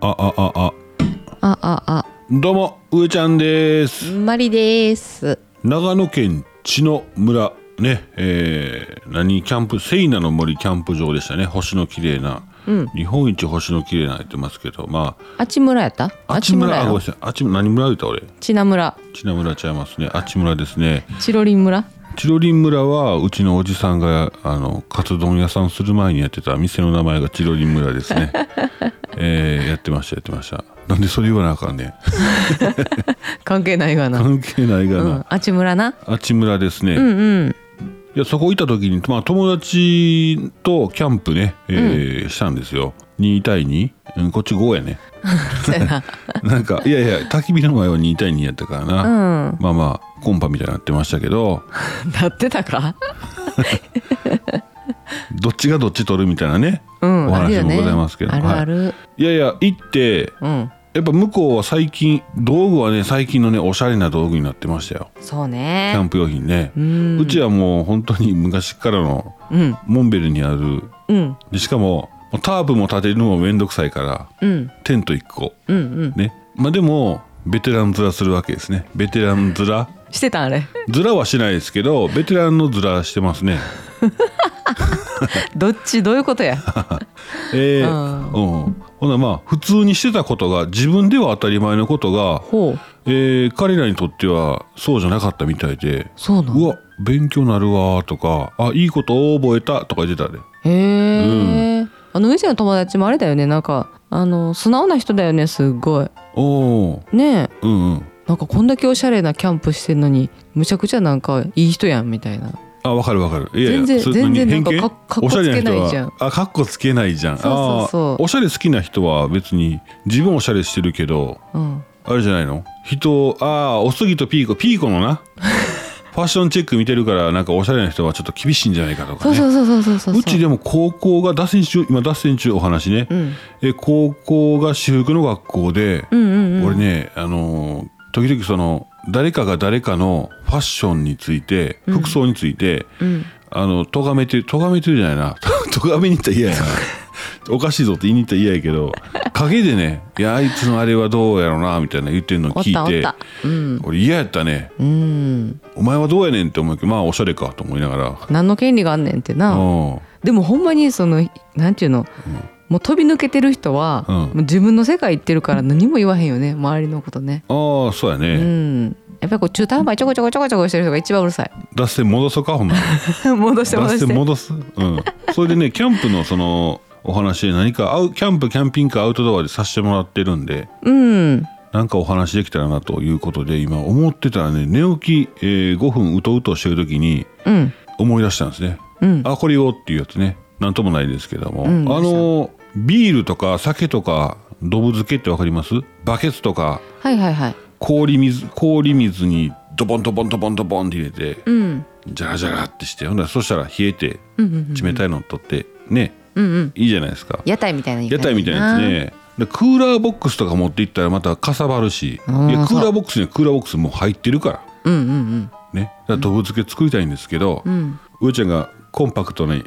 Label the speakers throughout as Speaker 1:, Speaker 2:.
Speaker 1: ああああ
Speaker 2: ああ
Speaker 1: どうも上ちゃんです
Speaker 2: あマリです
Speaker 1: 長野県茅野村ねえー何キャンプセイナの森キャンプ場でしたね星の綺麗な、日本一星の綺麗な言ってますけどま
Speaker 2: あっち村やった
Speaker 1: ああち
Speaker 2: ち
Speaker 1: 村あ
Speaker 2: や
Speaker 1: ごめん
Speaker 2: ろ
Speaker 1: なさいあち何村言った俺
Speaker 2: ちな村
Speaker 1: ちな村ちゃいますねあち村ですね
Speaker 2: チロリ ン村
Speaker 1: チロリン村はうちのおじさんがあのカツ丼屋さんする前にやってた店の名前がチロリン村です ね、えーやってましたやってましたなんでそれ言わなあかんねん
Speaker 2: 関係ないがな、うん、
Speaker 1: 関係ないがな、
Speaker 2: あっち村な
Speaker 1: あち村ですね、
Speaker 2: うんうん
Speaker 1: いやそこ行った時に、まあ、友達とキャンプね、えーしたんですよ2対2、うん、こっち5やね
Speaker 2: そうやな
Speaker 1: なんかいやいや焚き火の前は2対2やったからな、
Speaker 2: うん
Speaker 1: まあまあコンパみたいになってましたけど
Speaker 2: なってたか
Speaker 1: どっちがどっち取るみたいなね、
Speaker 2: うん
Speaker 1: お
Speaker 2: ある
Speaker 1: 話
Speaker 2: よ
Speaker 1: も
Speaker 2: ね
Speaker 1: ございますけど、
Speaker 2: あるある、
Speaker 1: はい、いやいや行って
Speaker 2: うん
Speaker 1: やっぱ向こうは最近道具はね最近のねおしゃれな道具になってましたよ
Speaker 2: そ
Speaker 1: キャ
Speaker 2: うね
Speaker 1: ンプ用品ね、
Speaker 2: う
Speaker 1: うんちはもう本当に昔からの
Speaker 2: うん
Speaker 1: モンベルにある
Speaker 2: うん
Speaker 1: でしかもタープも立てるのもめんどくさいから
Speaker 2: うん
Speaker 1: テント1個
Speaker 2: うんうん
Speaker 1: ねまあでもベテラン面するわけですねベテラン面
Speaker 2: してたんあれ
Speaker 1: 面はしないですけどベテランの面してますね
Speaker 2: どっちどういうことや
Speaker 1: ええ
Speaker 2: あ
Speaker 1: うんほなまあ普通にしてたことが自分では当たり前のことが、
Speaker 2: ほう
Speaker 1: えー彼らにとってはそうじゃなかったみたいで
Speaker 2: そうな
Speaker 1: うんわ勉強なるわとかあいいことを覚えたとか言ってたで
Speaker 2: へえ、あの店の友達もあれだよねなんかあの素直な人だよねすっごい
Speaker 1: おー
Speaker 2: ねえ
Speaker 1: うんうん
Speaker 2: なんかこんだけおしゃれなキャンプしてんのにむちゃくちゃなんかいい人やんみたいな
Speaker 1: あわかるわかるいやいや
Speaker 2: 全然
Speaker 1: それ何
Speaker 2: 全然なんか
Speaker 1: 偏見
Speaker 2: かかっこつけないじゃん
Speaker 1: おしゃれ人はあかっこつけないじゃん
Speaker 2: そうそうそう
Speaker 1: あーおしゃれ好きな人は別に自分おしゃれしてるけど
Speaker 2: うん
Speaker 1: あれじゃないの人をああおすぎとピーコピーコの なファッションチェック見てるからなんかおしゃれな人はちょっと厳しいんじゃないかとか
Speaker 2: そう
Speaker 1: ね
Speaker 2: そうそうそうそうそう
Speaker 1: うちでも高校が脱線中今脱線中お話ね、
Speaker 2: うん
Speaker 1: え高校が私服の学校で、
Speaker 2: うんうんうん
Speaker 1: 俺ねあのー時々その誰かが誰かのファッションについて服装について、
Speaker 2: うん
Speaker 1: あの咎めてる咎めてるじゃないな 咎めに行ったら嫌やな おかしいぞって言いに行ったら嫌やけど陰でね「いやあいつのあれはどうやろうな」みたいな言ってるの
Speaker 2: おっ
Speaker 1: 聞
Speaker 2: たおっ
Speaker 1: いて
Speaker 2: たうん
Speaker 1: 俺嫌やったね
Speaker 2: うん
Speaker 1: 「お前はどうやねん」って思うけどまあおしゃれかと思いながら
Speaker 2: 何の権利があんねんって
Speaker 1: う
Speaker 2: なんでもほんまにそのなんていうのもう飛び抜けてる人は、
Speaker 1: うん
Speaker 2: もう自分の世界行ってるから何も言わへんよね周りのことね
Speaker 1: ああそうや
Speaker 2: う
Speaker 1: ね、
Speaker 2: んやっぱりこう中途半端にちょこちょこちょこちょこしてる人が一番うるさい
Speaker 1: 脱線戻そうかほん なら
Speaker 2: 戻して戻
Speaker 1: 脱
Speaker 2: して
Speaker 1: 線 戻す、うん、それで ねキャンプのそのお話で何かアウキャンプキャンピングカーアウトドアでさせてもらってるんで
Speaker 2: うん
Speaker 1: なんかお話できたらなということで今思ってたらね寝起き、えー5分うとうとしてる時に
Speaker 2: うん
Speaker 1: 思い出したんですね、
Speaker 2: うん
Speaker 1: あこれよっていうやつねなんともないですけども、
Speaker 2: ん
Speaker 1: あのビールとか酒とかドブ漬けってわかりますバケツとか
Speaker 2: はいはいはい
Speaker 1: 氷水氷水にドボンドボンドボンドボンって入れて
Speaker 2: うん
Speaker 1: ジャラジャラってしてほんならそしたら冷えて
Speaker 2: うんうん
Speaker 1: 冷たいの取ってね
Speaker 2: うんうん
Speaker 1: いいじゃないですか
Speaker 2: 屋台みたいな
Speaker 1: 屋台みたいなやつねでクーラーボックスとか持って行ったらまたかさばるしいやク
Speaker 2: うん
Speaker 1: ーラーボックスにはクーラーボックスもう入ってるから
Speaker 2: うんうん
Speaker 1: ねだからドブ漬け作りたいんですけど、
Speaker 2: ん
Speaker 1: 上ちゃんがコンパクトに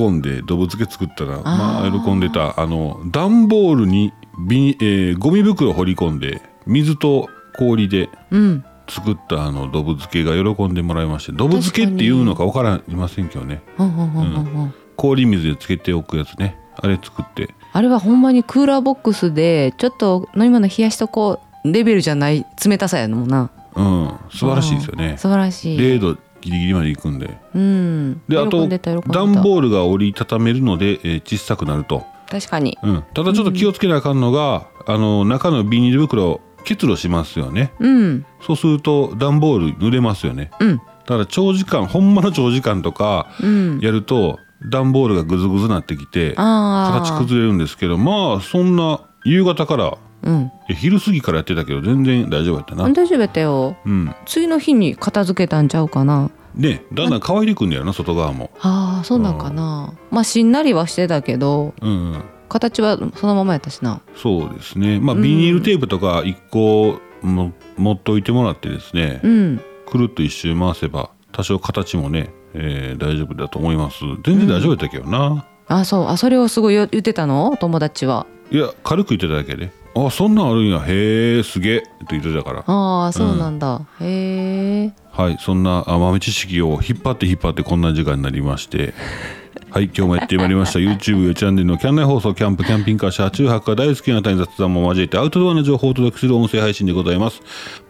Speaker 1: 運んでドブ漬け作ったらまあ喜んでたあの段ボールにビニ、えーゴミ袋を掘り込んで水と氷で
Speaker 2: うんうん
Speaker 1: 作ったあのドブ漬けが喜んでもらいましてドブ漬けっていうのか分からいませんけどね
Speaker 2: ほんほんほんほんほん
Speaker 1: 氷水でつけておくやつねあれ作って
Speaker 2: あれはほんまにクーラーボックスでちょっと飲み物冷やしとこうレベルじゃない冷たさやのもな
Speaker 1: うん素晴らしいですよね
Speaker 2: 素晴らしい
Speaker 1: 0度ギリギリまで行くんで
Speaker 2: うん
Speaker 1: であ
Speaker 2: 喜
Speaker 1: と
Speaker 2: んでた喜んでた
Speaker 1: 段ボールが折りたためるので、えー小さくなると、
Speaker 2: 確かに
Speaker 1: うん、ただちょっと気をつけなあかんのが、あの中のビニール袋結露しますよね
Speaker 2: うん
Speaker 1: そうすると段ボール濡れますよね
Speaker 2: うん
Speaker 1: ただ長時間ほんまの長時間とか
Speaker 2: うん
Speaker 1: やると段ボールがグズグズなってきて
Speaker 2: ああ
Speaker 1: 形崩れるんですけどまあそんな夕方から
Speaker 2: うん
Speaker 1: いや昼過ぎからやってたけど全然大丈夫やったな
Speaker 2: 大丈夫やったよ
Speaker 1: うん
Speaker 2: 次の日に片付けたんちゃうかな
Speaker 1: ねだんだん乾いてくんだよな外側も
Speaker 2: ああそうなんかなまあしんなりはしてたけど
Speaker 1: うん、うん
Speaker 2: 形はそのままやったしな
Speaker 1: そうですね、まあ、ビニールテープとか1個も持っておいてもらってですね、
Speaker 2: うん
Speaker 1: くるっと一周回せば多少形もね、えー大丈夫だと思います全然大丈夫だったけどな、
Speaker 2: あそうあそれをすごい言ってたのお友達はい
Speaker 1: いや軽く言ってただけで「あそんなんあるんやへえすげえ」って言ってたから
Speaker 2: ああそうなんだ、へえ
Speaker 1: はいそんなあ豆知識を引っ張って引っ張ってこんな時間になりま してはい今日もやってまいりました YouTube やチャンネルのキャンナイ放送キャンプキャンピングカー車中泊が大好きな方に雑談も交えてアウトドアの情報をお届けする音声配信でございます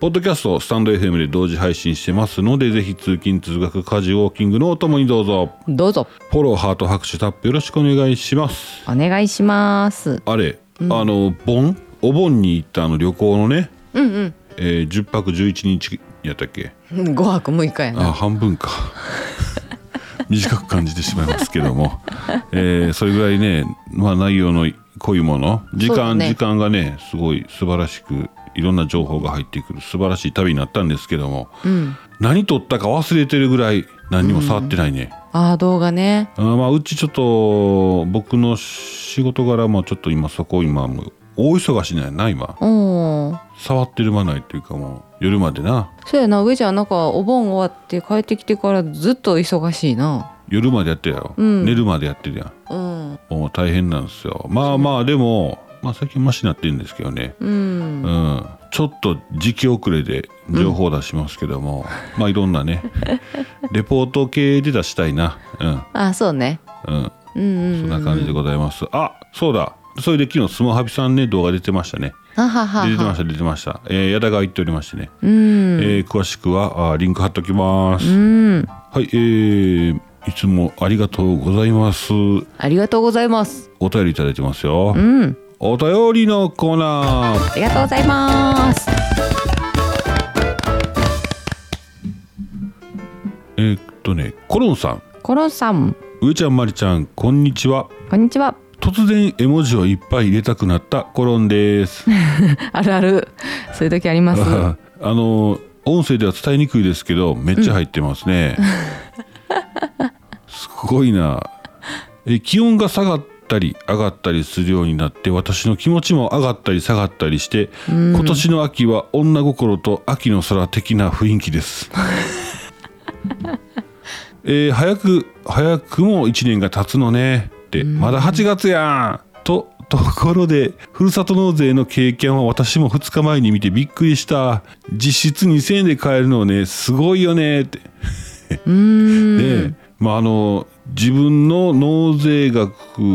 Speaker 1: ポッドキャストスタンド FM で同時配信してますのでぜひ通勤通学家事ウォーキングのお供にどうぞ
Speaker 2: どうぞ
Speaker 1: フォローハート拍手タップよろしくお願いします
Speaker 2: お願いします
Speaker 1: あれ、あの盆お盆に行ったあの旅行のね、
Speaker 2: うんうん
Speaker 1: えー10泊11日やったっけ
Speaker 2: 5泊6日やな
Speaker 1: あ半分か 短く感じてしまいますけども、えーそれぐらいね、まあ、内容の濃いもの時
Speaker 2: そう
Speaker 1: 間、
Speaker 2: ね
Speaker 1: 時間がねすごい素晴らしくいろんな情報が入ってくる素晴らしい旅になったんですけども、何撮ったか忘れてるぐらい何にも触ってないね。
Speaker 2: ああ動画ね
Speaker 1: あーまあうちちょっと僕の仕事柄もちょっと今そこ今もう大忙しなんやな今
Speaker 2: うん
Speaker 1: 触ってるまないというかもう夜までな
Speaker 2: そうやな上ちゃんなんかお盆終わって帰ってきてからずっと忙しいな
Speaker 1: 夜までやってるやろ、
Speaker 2: うん
Speaker 1: 寝るまでやってるや
Speaker 2: うん
Speaker 1: んもう大変なんですよまあまあでも、まあ、最近マシになってるんですけどね
Speaker 2: うん
Speaker 1: うん、ちょっと時期遅れで情報を出しますけども、まあいろんな ねレポート系で出したいな
Speaker 2: あそうね
Speaker 1: うんうん
Speaker 2: うんうん
Speaker 1: そんな感じでございますあそうだそれで昨日スマハビさんね動画出てましたね
Speaker 2: ははは
Speaker 1: 出てま
Speaker 2: は
Speaker 1: した出てました、えー、矢田が言っておりましてね、
Speaker 2: うん
Speaker 1: えー詳しくはあーリンク貼っときます、
Speaker 2: うん
Speaker 1: はいえー、いつもありがとうございます
Speaker 2: ありがとうございます
Speaker 1: お便りいただいてますよ、
Speaker 2: うん
Speaker 1: お便りのコーナー
Speaker 2: ありがとうございます
Speaker 1: えーっとねコロンさん
Speaker 2: コロンさん
Speaker 1: 上ちゃんまりちゃんこんにちは
Speaker 2: こんにちは
Speaker 1: 突然絵文字をいっぱい入れたくなったコロン です
Speaker 2: あるあるそういう時あります
Speaker 1: あのー音声では伝えにくいですけどめっちゃ入ってますね、すごいなえ気温が下がったり上がったりするようになって私の気持ちも上がったり下がったりして、今年の秋は女心と秋の空的な雰囲気ですえー早く早くも1年が経つのねって、まだ8月やんと ところでふるさと納税の経験は私も2日前に見てびっくりした実質2000円で買えるのねすごいよねって
Speaker 2: うん
Speaker 1: で、まあ、あの自分の納税額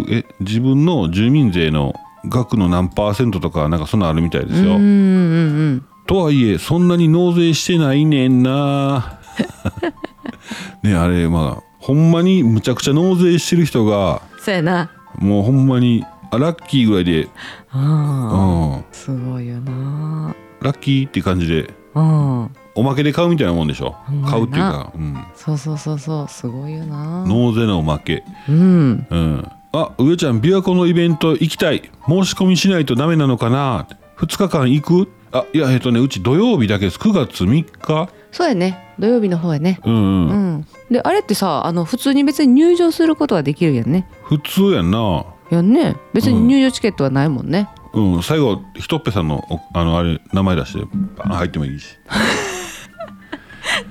Speaker 1: え自分の住民税の額の何パーセントとかなんかそんなんあるみたいですよ。
Speaker 2: うんうんうん
Speaker 1: とはいえそんなに納税してないねんな。 ねあれまあほんまにむちゃくちゃ納税してる人が
Speaker 2: そうやな
Speaker 1: もうほんまにあラッキーぐらいで、う
Speaker 2: あ
Speaker 1: ん、
Speaker 2: ーすごいよな
Speaker 1: ラッキーって感じで
Speaker 2: うん
Speaker 1: おまけで買うみたいなもんでしょ
Speaker 2: んまやな
Speaker 1: 買うっていうか、うん、
Speaker 2: そうそうそうそうすごいよな
Speaker 1: 納税のおまけ。
Speaker 2: うん
Speaker 1: うん、あ上ちゃん琵琶湖のイベント行きたい申し込みしないとダメなのかな2日間行くあいやえっとねうち土曜日だけです9月3日
Speaker 2: そうやね土曜日の方やね
Speaker 1: うんうん、
Speaker 2: うんであれってさあの普通に別に入場することはできるやんね
Speaker 1: 普通やんな
Speaker 2: やんね別に入場チケットはないもんね、
Speaker 1: うん最後ひとっぺさんのおあのあれ名前出してバーン入ってもいいし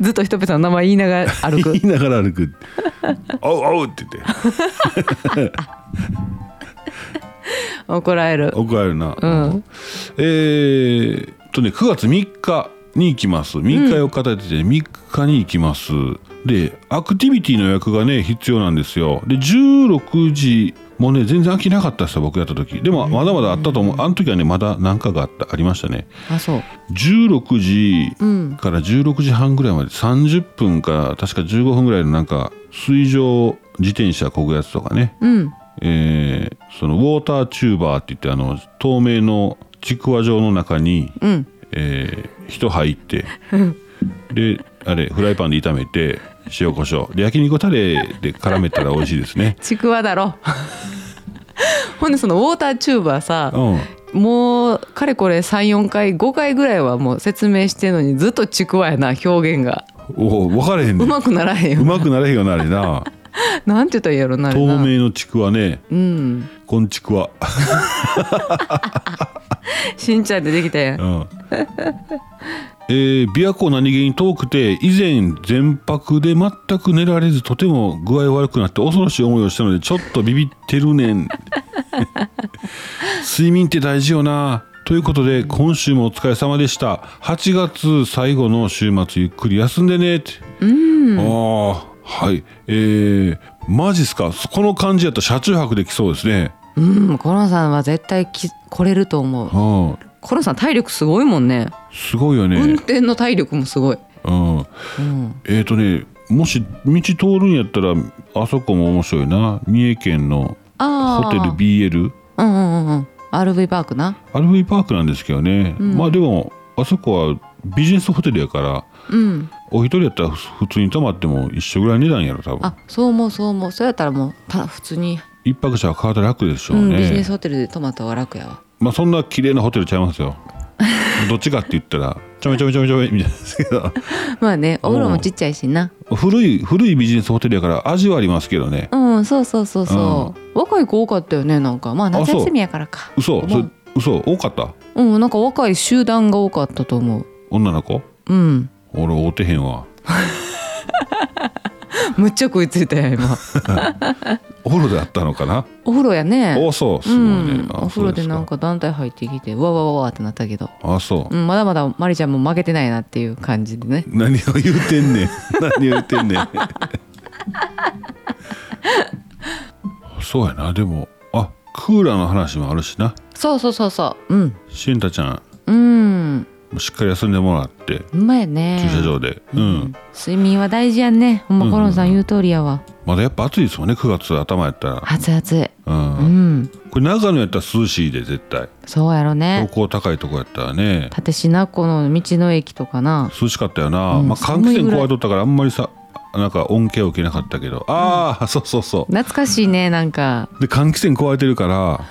Speaker 2: ずっとひとぺさんの名前言いながら歩
Speaker 1: 言
Speaker 2: く
Speaker 1: いながら歩く「おうおう」って言って
Speaker 2: 怒られる
Speaker 1: 怒られるな、
Speaker 2: うん
Speaker 1: えー、っとね9月3日に行きます3日4日立てて3日に行きます、でアクティビティの予約がね必要なんですよで16時もうね全然飽きなかったですよ僕やった時でもまだまだあったと思うあの時はねまだ何かがあったありましたね
Speaker 2: あそう
Speaker 1: 16時
Speaker 2: うん
Speaker 1: から16時半ぐらいまで30分から確か15分ぐらいのなんか水上自転車こぐやつとかね
Speaker 2: うん
Speaker 1: えーそのウォーターチューバーって言ってあの透明のちくわ状の中に、
Speaker 2: うん
Speaker 1: えー人入 ってであれフライパンで炒めて塩コショウで焼肉タレで絡めたら美味しいです ね
Speaker 2: ちくわだろほんでそのウォーターチューバーさ
Speaker 1: うん
Speaker 2: もうかれこれ34回5回ぐらいはもう説明してんのにずっとちくわやな表現が
Speaker 1: おお分かれへんね
Speaker 2: うんまくならへん
Speaker 1: う
Speaker 2: よ
Speaker 1: まくなれへんよなあれ な
Speaker 2: なんて言ったらいいやろなあれ
Speaker 1: 透
Speaker 2: な
Speaker 1: 明のちくわね
Speaker 2: うん
Speaker 1: こんちくわ、
Speaker 2: しんちゃんでできたや
Speaker 1: うんんえー、琵琶湖何気に遠くて以前全泊で全く寝られずとても具合悪くなって恐ろしい思いをしたのでちょっとビビってるねん 睡眠って大事よなということで今週もお疲れ様でした8月最後の週末ゆっくり休んでねってああはいえー、マジっすかこの感じやったら車中泊できそうですね
Speaker 2: うんコロンさんは絶対き来れると思う
Speaker 1: ああ
Speaker 2: コロンさん体力すごいもんね
Speaker 1: すごいよ
Speaker 2: 運
Speaker 1: ね
Speaker 2: 転の体力もすごい、
Speaker 1: うん
Speaker 2: うん、
Speaker 1: えっ、ー、とねもし道通るんやったらあそこも面白いな三重県の
Speaker 2: ああ
Speaker 1: ホテル BL
Speaker 2: うんうんうんうん RV パークな
Speaker 1: アルフィーパークなんですけどね、
Speaker 2: うん
Speaker 1: まあでもあそこはビジネスホテルやから
Speaker 2: うん
Speaker 1: お一人やったら普通に泊まっても一緒ぐらいの値段やろ多分
Speaker 2: あそう思うそう思うそうやったらもうた普通に、
Speaker 1: 一泊者は体楽でしょ
Speaker 2: う、
Speaker 1: うんね、
Speaker 2: ビジネスホテルで泊まった方が楽やわ
Speaker 1: まあそんな綺麗なホテルちゃいますよ どっちかって言ったらちょめちょめちょめちょめみたいなんですけど
Speaker 2: まあねお風呂もちっちゃいしな
Speaker 1: 古い古いビジネスホテルやから味はありますけどね
Speaker 2: うんそうそうそうそう、若い子多かったよねなんかまあ
Speaker 1: あ
Speaker 2: 夏
Speaker 1: そう
Speaker 2: 休みやからか
Speaker 1: 嘘
Speaker 2: うん
Speaker 1: そ嘘多かった
Speaker 2: うんなんか若い集団が多かったと思う
Speaker 1: 女の子
Speaker 2: うん
Speaker 1: 俺会うてへんわ
Speaker 2: むっちゃ食いついたやん今
Speaker 1: お風呂であったのかな
Speaker 2: お風呂やね
Speaker 1: おそうす
Speaker 2: う
Speaker 1: ごいね、
Speaker 2: ん、
Speaker 1: あ
Speaker 2: お風呂で
Speaker 1: そうす
Speaker 2: なんか団体入ってきてわわわわってなったけど、
Speaker 1: あそう
Speaker 2: うん、まだまだマリちゃんも負けてないなっていう感じでね
Speaker 1: 何を言うてんねん 何を言うてんねん そうやなでもあクーラーの話もあるしな
Speaker 2: そうそうそうそううん
Speaker 1: シンタちゃん
Speaker 2: うん
Speaker 1: もしっかり休んでもらって
Speaker 2: うまいね
Speaker 1: 駐車場でうん、
Speaker 2: 睡眠は大事やんねほんまコロンさん言う通りやわ、
Speaker 1: まだやっぱ暑いですもんね9月頭やったら
Speaker 2: 熱々
Speaker 1: うん、
Speaker 2: うん
Speaker 1: これ長野やったら涼しいで絶対
Speaker 2: そうやろ
Speaker 1: 標
Speaker 2: ね
Speaker 1: 高高いとこやったらね
Speaker 2: 立品湖の道の駅とかな
Speaker 1: 涼しかったよな、
Speaker 2: うん
Speaker 1: まあ換気
Speaker 2: 寒い
Speaker 1: 扇
Speaker 2: ぐらい
Speaker 1: 壊れとったからあんまりさなんか恩恵を受けなかったけどああ、そうそうそう
Speaker 2: 懐かしいねなんか
Speaker 1: で換気扇壊れてるから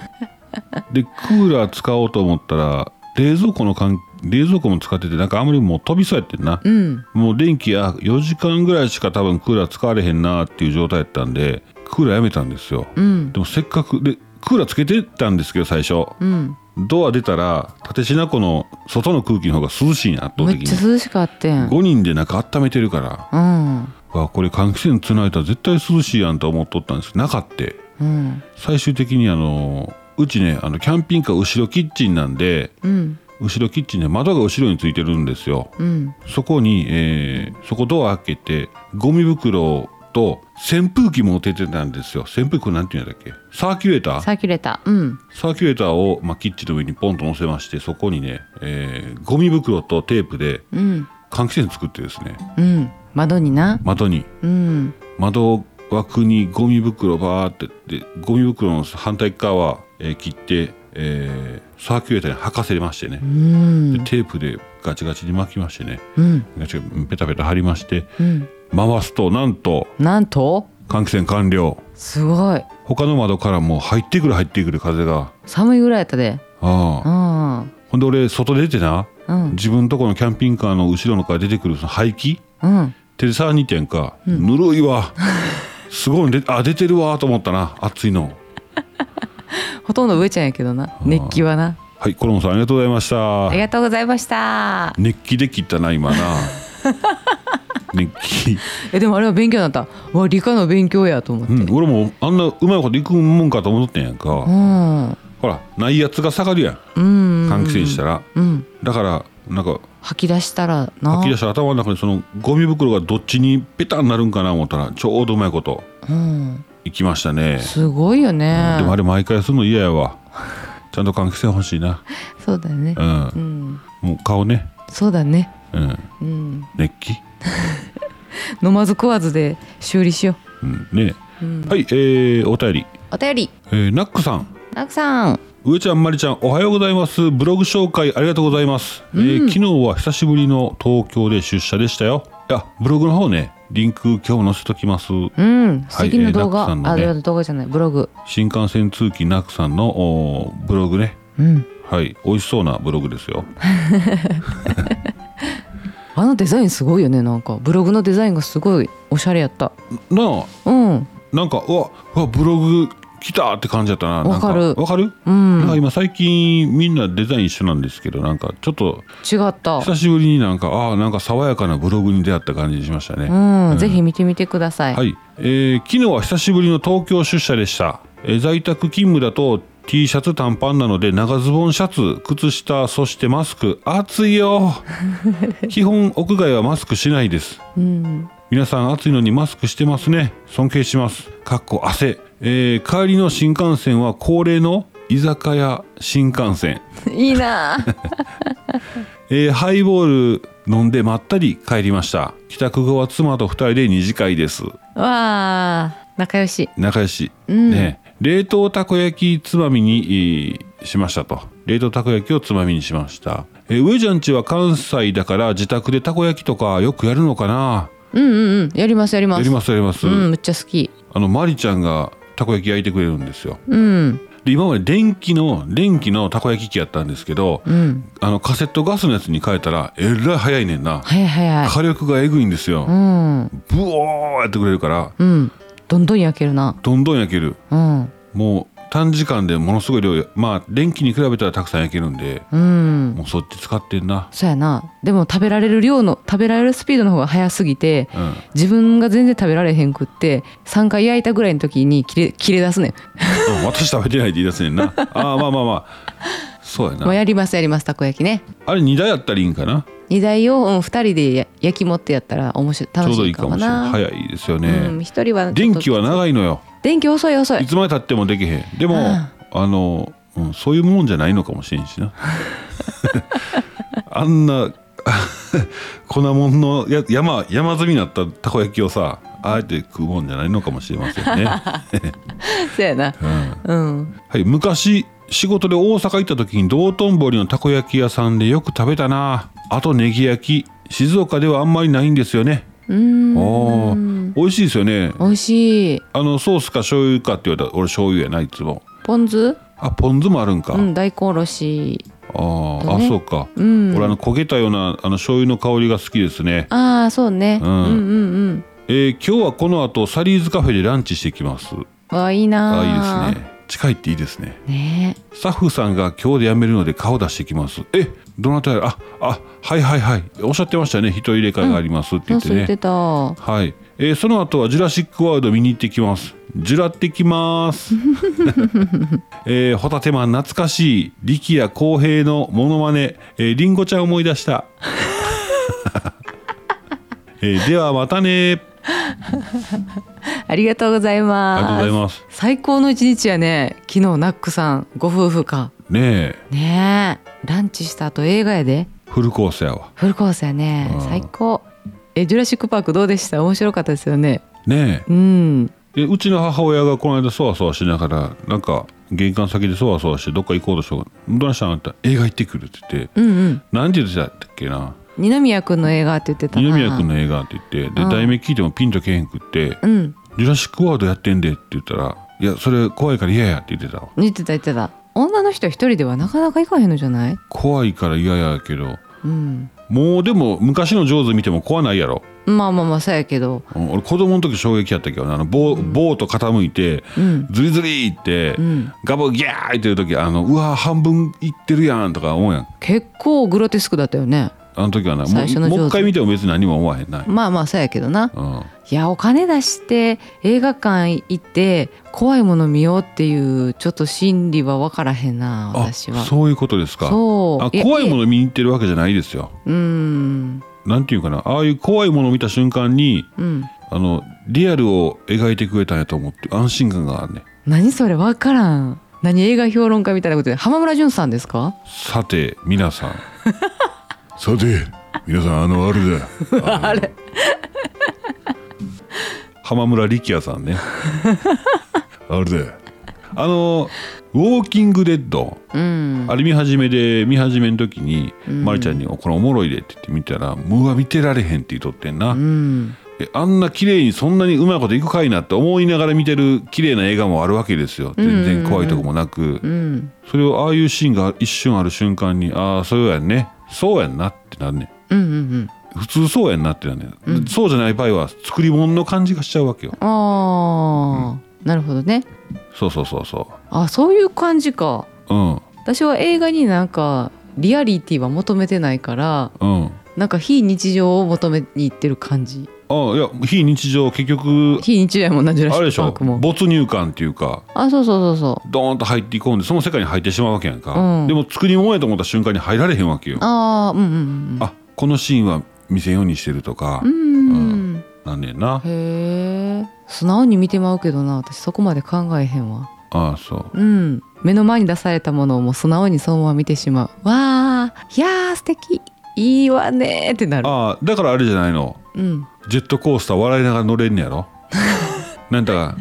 Speaker 1: でクーラー使おうと思ったら冷蔵庫の換冷蔵庫も使っててなんかあんまりもう飛びそうやってんな、
Speaker 2: うん
Speaker 1: もう電気や4時間ぐらいしか多分クーラー使われへんなっていう状態やったんでクーラーやめたんですよ、
Speaker 2: うん
Speaker 1: でもせっかくでクーラーつけてたんですけど最初
Speaker 2: うん
Speaker 1: ドア出たら蓼科湖の外の空気の方が涼しいな圧倒
Speaker 2: め
Speaker 1: 的
Speaker 2: っちゃ
Speaker 1: に
Speaker 2: 涼しかったやん
Speaker 1: 5人で中温めてるから
Speaker 2: うん
Speaker 1: わこれ換気扇つないだら絶対涼しいやんと思っとったんですけどなかって
Speaker 2: うん
Speaker 1: 最終的にあのうちねあのキャンピングカー後ろキッチンなんで
Speaker 2: うん
Speaker 1: 後ろキッチンで窓が後ろについてるんですよ
Speaker 2: うん
Speaker 1: そこに、えーそこドア開けてゴミ袋と扇風機持っててたんですよ扇風機なんていうんだっけサーキュレーター
Speaker 2: サーキュレーターうん
Speaker 1: サーキュレーターを、まあ、キッチンの上にポンと乗せましてそこにね、えーゴミ袋とテープで
Speaker 2: うん
Speaker 1: 換気扇作ってですね
Speaker 2: うん窓にな
Speaker 1: 窓に
Speaker 2: うん
Speaker 1: 窓枠にゴミ袋バーってでゴミ袋の反対側は、えー切って、えーサーキュレーターに履かせましてね
Speaker 2: う、ん
Speaker 1: でテープでガチガチに巻きましてね
Speaker 2: うん
Speaker 1: ガチガチペタペタ貼りまして
Speaker 2: うん
Speaker 1: 回すとなんと
Speaker 2: なんと
Speaker 1: 換気扇完了
Speaker 2: すごい
Speaker 1: 他の窓からもう入ってくる入ってくる風が
Speaker 2: 寒いぐらいやったで
Speaker 1: あ
Speaker 2: う
Speaker 1: あ
Speaker 2: んうん
Speaker 1: ほんで俺外出てな
Speaker 2: うん
Speaker 1: 自分とこのキャンピングカーの後ろのから出てくるその排気
Speaker 2: うん
Speaker 1: 手でさらに点か、ぬるいわすごいであ出てるわと思ったな暑いの。
Speaker 2: ほとんど上ちゃんやけどな熱気はな
Speaker 1: はい、コロンさんありがとうございまし
Speaker 2: あ
Speaker 1: た
Speaker 2: り。がとうございました
Speaker 1: 熱気で切ったな今な。熱気。
Speaker 2: えでもあれは勉強になったうわ理科の勉強やと思って
Speaker 1: うん、俺もあんなうまいこといくもんかと思ってんやんか。
Speaker 2: うん
Speaker 1: ほら、ないやつが下がるやん。
Speaker 2: うん
Speaker 1: 換気扇したら。
Speaker 2: うん
Speaker 1: だからなんか
Speaker 2: 吐き出したらな
Speaker 1: 吐き出した頭の中にそのゴミ袋がどっちにペタになるんかな思ったらちょうどうまいこと
Speaker 2: うん
Speaker 1: いきましたね。
Speaker 2: すごいよね
Speaker 1: でもあれ毎回するの嫌やわ。ちゃんと換気扇欲しいな。
Speaker 2: そうだね
Speaker 1: うん
Speaker 2: う。ん
Speaker 1: もう顔ね。
Speaker 2: そうだね
Speaker 1: うん。
Speaker 2: うん
Speaker 1: 熱気。
Speaker 2: 飲まず食わずで修理しよ
Speaker 1: うん。ね。
Speaker 2: う、うん、
Speaker 1: はい、えー、お便り。
Speaker 2: お便り
Speaker 1: えー、ナックさん。
Speaker 2: たくさん
Speaker 1: 上ちゃんまりちゃんおはようございますブログ紹介ありがとうございます、えー昨日は久しぶりの東京で出社でしたよいやブログの方ねリンク今日載せときます
Speaker 2: うん素敵な動
Speaker 1: えーナッ
Speaker 2: 画、
Speaker 1: クさんの
Speaker 2: あ
Speaker 1: ね
Speaker 2: いや動画じゃないブログ
Speaker 1: 新幹線通勤ナックさんのおーブログね
Speaker 2: うん
Speaker 1: はい美味しそうなブログですよ
Speaker 2: あのデザインすごいよねなんかブログのデザインがすごいおしゃれやった
Speaker 1: なあ
Speaker 2: うん
Speaker 1: なんかうわうわブログ来たって感じだったななん
Speaker 2: わかる
Speaker 1: わかる、
Speaker 2: うん
Speaker 1: なんか今最近みんなデザイン一緒なんですけどなんかちょっと
Speaker 2: 違った
Speaker 1: 久しぶりになんかああなんか爽やかなブログに出会った感じしましたね、
Speaker 2: うん、ぜひ見てみてください、
Speaker 1: はい、えー昨日は久しぶりの東京出社でした、えー在宅勤務だと T シャツ短パンなので長ズボンシャツ靴下そしてマスク暑い よ基本屋外はマスクしないです
Speaker 2: うん
Speaker 1: 皆さん暑いのにマスクしてますね尊敬しますかっこ汗、えー帰りの新幹線は恒例の居酒屋新幹線、
Speaker 2: いいなあ
Speaker 1: えーハイボール飲んでまったり帰りました帰宅後は妻と2人で二次会です
Speaker 2: わあ仲良し
Speaker 1: 仲良し、
Speaker 2: うん
Speaker 1: ね冷凍たこ焼きつまみに、えーしましたと冷凍たこ焼きをつまみにしました、えー、上ちゃんちは関西だから自宅でたこ焼きとかよくやるのかな
Speaker 2: うんうんうんやりますやります
Speaker 1: やりますやります、
Speaker 2: うんむっちゃ好き
Speaker 1: あのマリちゃんがたこ焼き焼いてくれるんですよ
Speaker 2: うん
Speaker 1: で今まで電気の電気のたこ焼き器やったんですけど、
Speaker 2: うん
Speaker 1: あのカセットガスのやつに変えたらえらい早いねんな、
Speaker 2: 早い早い
Speaker 1: 火力がえぐいんですよ、
Speaker 2: うん
Speaker 1: ブオーやってくれるから
Speaker 2: うんどんどん焼けるな
Speaker 1: どんどん焼ける
Speaker 2: うん
Speaker 1: もう短時間でものすごい量まあ電気に比べたらたくさん焼けるんで
Speaker 2: うん
Speaker 1: もうそっち使ってんな
Speaker 2: そうやなでも食べられる量の食べられるスピードの方が早すぎて
Speaker 1: うん
Speaker 2: 自分が全然食べられへんくって3回焼いたぐらいの時に切れ切れ出すねん
Speaker 1: うん私食べてないって言い出すねんなああまあまあまあそうや
Speaker 2: もう
Speaker 1: な
Speaker 2: やりますやりますたこ焼きね
Speaker 1: あれ2台あったらいいんかな
Speaker 2: 荷台を、うん、2人でや焼き持ってやったら面白い
Speaker 1: ちょ
Speaker 2: 楽
Speaker 1: うど
Speaker 2: し
Speaker 1: い
Speaker 2: い
Speaker 1: い
Speaker 2: か
Speaker 1: か
Speaker 2: も
Speaker 1: もしれない
Speaker 2: な
Speaker 1: 早いですよね、
Speaker 2: うん、一人は
Speaker 1: 電気は
Speaker 2: な
Speaker 1: 長いのよ
Speaker 2: 電気遅い遅い
Speaker 1: いつまでたってもできへんでも、
Speaker 2: うん
Speaker 1: あの、うん、そういうもんじゃないのかもしれん しなあんな 粉もんのや山山積みになったたこ焼きをさあえて食うもんじゃないのかもしれません ね、
Speaker 2: そうやな
Speaker 1: うん
Speaker 2: うん
Speaker 1: はい、昔仕事で大阪行った時に道頓堀のたこ焼き屋さんでよく食べたなあとネギ焼き静岡ではあんまりないんですよね
Speaker 2: う
Speaker 1: あ
Speaker 2: ー
Speaker 1: ー
Speaker 2: ん
Speaker 1: 美味しいですよね
Speaker 2: 美味しい
Speaker 1: あのソースか醤油かって言われたら俺醤油やないいつも
Speaker 2: ポン酢
Speaker 1: あポン酢もあるんか、
Speaker 2: うん大根おろし
Speaker 1: あー
Speaker 2: とね
Speaker 1: あそうか、
Speaker 2: うん
Speaker 1: 俺あの焦げたようなあの醤油の香りが好きですね、
Speaker 2: ああそうね、う、
Speaker 1: うんん
Speaker 2: うんうんうん
Speaker 1: えー今日はこの後サリーズカフェでランチしてきます
Speaker 2: わいい
Speaker 1: あ
Speaker 2: な
Speaker 1: あいいですね近いっていいですね
Speaker 2: ねね
Speaker 1: スタッフさんが今日で辞めるので顔出してきます。え、どなたやあ、あ、はいはいはい。おっしゃってましたね。人入れ替えがありますって言って
Speaker 2: 忘れ
Speaker 1: ね。
Speaker 2: てたは
Speaker 1: はい。えーその後はジュラシックワールド見に行ってきます。ジュラってき ます。えーホタテマン懐かしい力也公平のモノマネ、えー、リンゴちゃん思い出 した。えーではまたね。
Speaker 2: ありがとうござい
Speaker 1: ありがとうご
Speaker 2: ま
Speaker 1: ざ
Speaker 2: す
Speaker 1: います。
Speaker 2: 最高の一日やね昨日ナックさんご夫婦か
Speaker 1: ねえ、
Speaker 2: ねえランチした後映画やで
Speaker 1: フルコースやわ。
Speaker 2: フルコースやね
Speaker 1: うん
Speaker 2: 最高えジュラシック・パークどうでした面白かったですよね
Speaker 1: ねえ。
Speaker 2: うん
Speaker 1: でうちの母親がこの間そわそわしながらなんか玄関先でそわそわしてどっか行こうとして「どうしたの?」って言ったら「映画行ってくる」って言って
Speaker 2: うんうん
Speaker 1: 「何て言ってたっけな
Speaker 2: 二宮君の映画って言ってたな
Speaker 1: 二宮君の映画」って言って
Speaker 2: うん
Speaker 1: で題名聞いてもピンとけへんくって
Speaker 2: うん
Speaker 1: 「ジュラシック・ワールドやってんで」って言ったら「いやそれ怖いから嫌や」って言ってたわ
Speaker 2: 言ってた言ってた女の人一人ではなかなか行かへんのじゃない
Speaker 1: 怖いから嫌やけど
Speaker 2: うん
Speaker 1: もうでも昔の「ジョーズ」見ても怖ないやろ
Speaker 2: まあまあまあそうやけど
Speaker 1: うん俺子供の時衝撃やったけどなあのボーボート傾いて
Speaker 2: うん
Speaker 1: ズリズリーって、
Speaker 2: うん
Speaker 1: ガボギャー言ってる時あのうわー半分いってるやんとか思うやん
Speaker 2: 結構グロテスクだったよね
Speaker 1: あの時はなもう
Speaker 2: 最初の上手
Speaker 1: もう一回見ても別に何も思わへんない、
Speaker 2: まあまあそうやけどな
Speaker 1: うん、
Speaker 2: いやお金出して映画館行って怖いもの見ようっていうちょっと心理は分からへんな
Speaker 1: あ
Speaker 2: 私は
Speaker 1: そういうことですか
Speaker 2: そう
Speaker 1: あ怖いも
Speaker 2: の
Speaker 1: の見に行ってるわけじゃないですよ
Speaker 2: うん
Speaker 1: なんていうかなああいう怖いものを見た瞬間に
Speaker 2: うん
Speaker 1: あのリアルを描いてくれたんやと思って安心感があるね
Speaker 2: 何それ分からん何映画評論家みたいなことで浜村淳さんですか
Speaker 1: さて皆さん さて皆さんあのあれだ
Speaker 2: あれ
Speaker 1: 浜村力也さんね あれだあの「ウォーキング・デッド」
Speaker 2: うん
Speaker 1: あれ見始めで見始めの時に、マリちゃんに「これおもろいで」って言って見たら「もうわ見てられへん」って言っとってんな、
Speaker 2: うん
Speaker 1: えあんな綺麗にそんなにうまいこといくかいなって思いながら見てる綺麗な映画もあるわけですよ全然怖いとこもなく、
Speaker 2: うん
Speaker 1: それをああいうシーンが一瞬ある瞬間に「ああそうやんねそうやんな」ってなんねん
Speaker 2: うんうんうん
Speaker 1: 普通そうやんなってなんねん、そうじゃない場合は作り物の感じがしちゃうわけよ
Speaker 2: ああなるほどね
Speaker 1: そうそうそうそ
Speaker 2: あそういう感じか
Speaker 1: ううん
Speaker 2: 私は映画になんかリアリティは求めてないから
Speaker 1: うん
Speaker 2: なんか非日常を求めに行ってる感じ
Speaker 1: あいや非日常結局
Speaker 2: 非日常やもんなジュラシ
Speaker 1: あれで
Speaker 2: ック・
Speaker 1: し
Speaker 2: パ
Speaker 1: ょ
Speaker 2: ークも
Speaker 1: 没入感っていうか
Speaker 2: あそうそうそうそ
Speaker 1: ドーンと入ってい込んでその世界に入ってしまうわけやんか、
Speaker 2: うん
Speaker 1: でも作り物やと思った瞬間に入られへんわけよ
Speaker 2: うああうんうん
Speaker 1: あこのシーンは見せんようにしてるとか、
Speaker 2: うんうん、
Speaker 1: なんねんな
Speaker 2: へえ素直に見てまうけどな私そこまで考えへんわ
Speaker 1: ああそう
Speaker 2: うん目の前に出されたものをもう素直にそのまま見てしまうわあいやー素敵いいわねーってなる
Speaker 1: ああだからあれじゃないの
Speaker 2: うん
Speaker 1: ジェットコースター笑いながら乗れんねや ろなんだか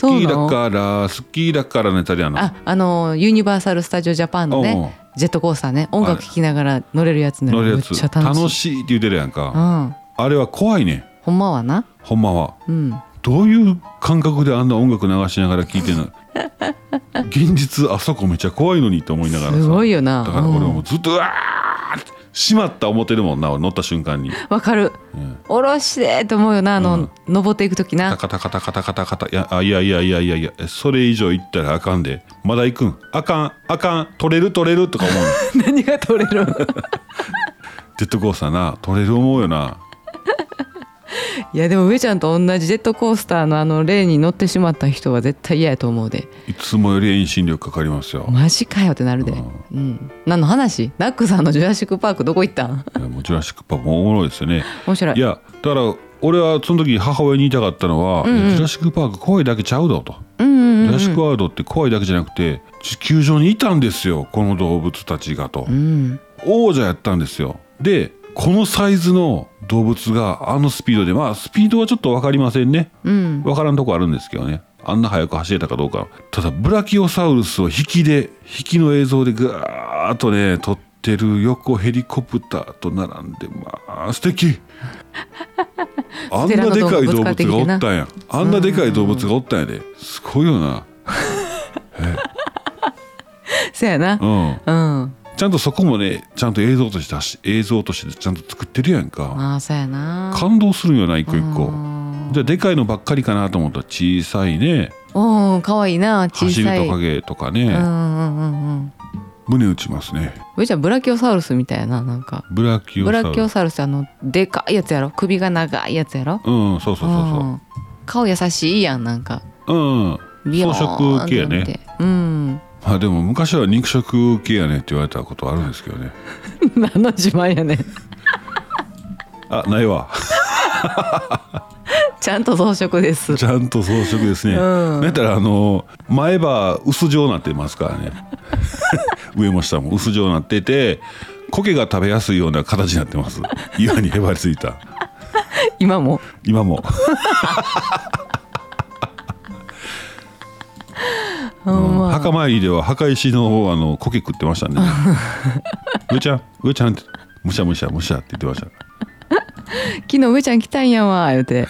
Speaker 1: 好きだから好きだからのやつあれやの
Speaker 2: ああのユニバーサル・スタジオ・ジャパンのね
Speaker 1: う
Speaker 2: ジェットコースターね音楽聴きながら乗れるやつ
Speaker 1: ん
Speaker 2: ね
Speaker 1: 乗るや
Speaker 2: めっ
Speaker 1: つ
Speaker 2: ちゃ楽しい
Speaker 1: 楽しいって言うてるやん
Speaker 2: う
Speaker 1: か
Speaker 2: ん
Speaker 1: あれは怖いねん
Speaker 2: ほんまはな
Speaker 1: ほんまは
Speaker 2: うん
Speaker 1: どういう感覚であんな音楽流しながら聴いてん の現実あそこめっちゃ怖いのにと思いながらさ
Speaker 2: すごいよな
Speaker 1: だから
Speaker 2: う
Speaker 1: 俺
Speaker 2: ん
Speaker 1: もうずっとうわーってしまった思ってるもんな俺乗った瞬間に、
Speaker 2: わかる
Speaker 1: うん、
Speaker 2: おろしてと思うよなあの、
Speaker 1: うん
Speaker 2: 登っていく時
Speaker 1: タ
Speaker 2: な
Speaker 1: カタカタカタカタカタいやあいやいやいやいやいやそれ以上行ったらあかんでまだ行くんあかんあかん取れる取れるとか思うの
Speaker 2: 何が取れる
Speaker 1: ジェットコースターな取れる思うよない
Speaker 2: やでも上ちゃんと同じジェットコースターのあのレーンに乗ってしまった人は絶対嫌やと思うで
Speaker 1: いつもより遠心力かかりますよ
Speaker 2: マジかよってなるでうん何の話ダックさんの「ジュラシック・パーク」どこ行ったん
Speaker 1: いやもうジュラシック・パークもおもろいですよね
Speaker 2: 面白い
Speaker 1: いやだから俺はその時母親に言いたかったのは「
Speaker 2: んうん
Speaker 1: いやジュラシック・パーク怖いだけちゃうぞ」と
Speaker 2: うん
Speaker 1: 「ジュ
Speaker 2: うんうん
Speaker 1: ラシック・ワールドって怖いだけじゃなくて地球上にいたんですよこの動物たちが」と
Speaker 2: う。ん
Speaker 1: 王者やったんですよでこのサイズの動物があのスピードでまあスピードはちょっと分かりませんね
Speaker 2: うん
Speaker 1: 分からんとこあるんですけどねあんな速く走れたかどうかただブラキオサウルスを引きで引きの映像でガーッとね撮ってる横ヘリコプターと並んでまあ素 敵あんなでかい動物がおったんやあんなでかい動物がおったんやですごいよな
Speaker 2: そやな
Speaker 1: うん
Speaker 2: うん
Speaker 1: ちゃんとそこもねちゃんと映像として出し映像としてちゃんと作ってるやんか
Speaker 2: まあそやな
Speaker 1: 感動するんよな一個一個
Speaker 2: うん
Speaker 1: じゃあでかいのばっかりかなと思ったら小さいね
Speaker 2: うんかわいいな小
Speaker 1: 走る
Speaker 2: さい
Speaker 1: ト
Speaker 2: う
Speaker 1: カ
Speaker 2: ん
Speaker 1: ゲとか
Speaker 2: う
Speaker 1: ね
Speaker 2: んうんうん
Speaker 1: 胸打ちますね
Speaker 2: 上ちゃんブラキオサウルスみたいやななんか
Speaker 1: ブラキオ
Speaker 2: ブ
Speaker 1: サウル
Speaker 2: ラキオサウルスってあのでかいやつやろ首が長いやつやろ
Speaker 1: うんそうそうそ
Speaker 2: ん顔優しいやんなんか
Speaker 1: うそううん
Speaker 2: ビヨーン
Speaker 1: 草食系やね
Speaker 2: ってうん
Speaker 1: まあでも昔は肉食系やねって言われたことはあるんですけどね
Speaker 2: 何の自慢やねん
Speaker 1: あないわ
Speaker 2: ちゃんと装飾です
Speaker 1: ちゃんと装飾ですね、
Speaker 2: うん
Speaker 1: だったらあの前歯薄状になってますから ね上も下も薄状になってて苔が食べやすいような形になってます岩にへばりついた
Speaker 2: 今も
Speaker 1: 今も
Speaker 2: ほんま
Speaker 1: 墓参りでは墓石のあの苔食ってま したね「上ちゃん上ちゃん」って「むしゃむしゃむしゃ」って言ってました
Speaker 2: 昨日上ちゃん来たんやわ言うて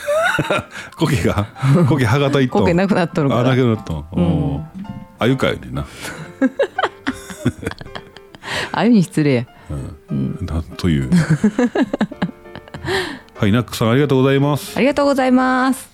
Speaker 1: 苔が苔歯型一トン
Speaker 2: 苔なくなっとるか
Speaker 1: あだ
Speaker 2: ら
Speaker 1: けどなったうんあゆかいねんな、
Speaker 2: あゆに失礼や
Speaker 1: うん、なんと いうはいナックさんありがとうございます
Speaker 2: あ、りがとうございます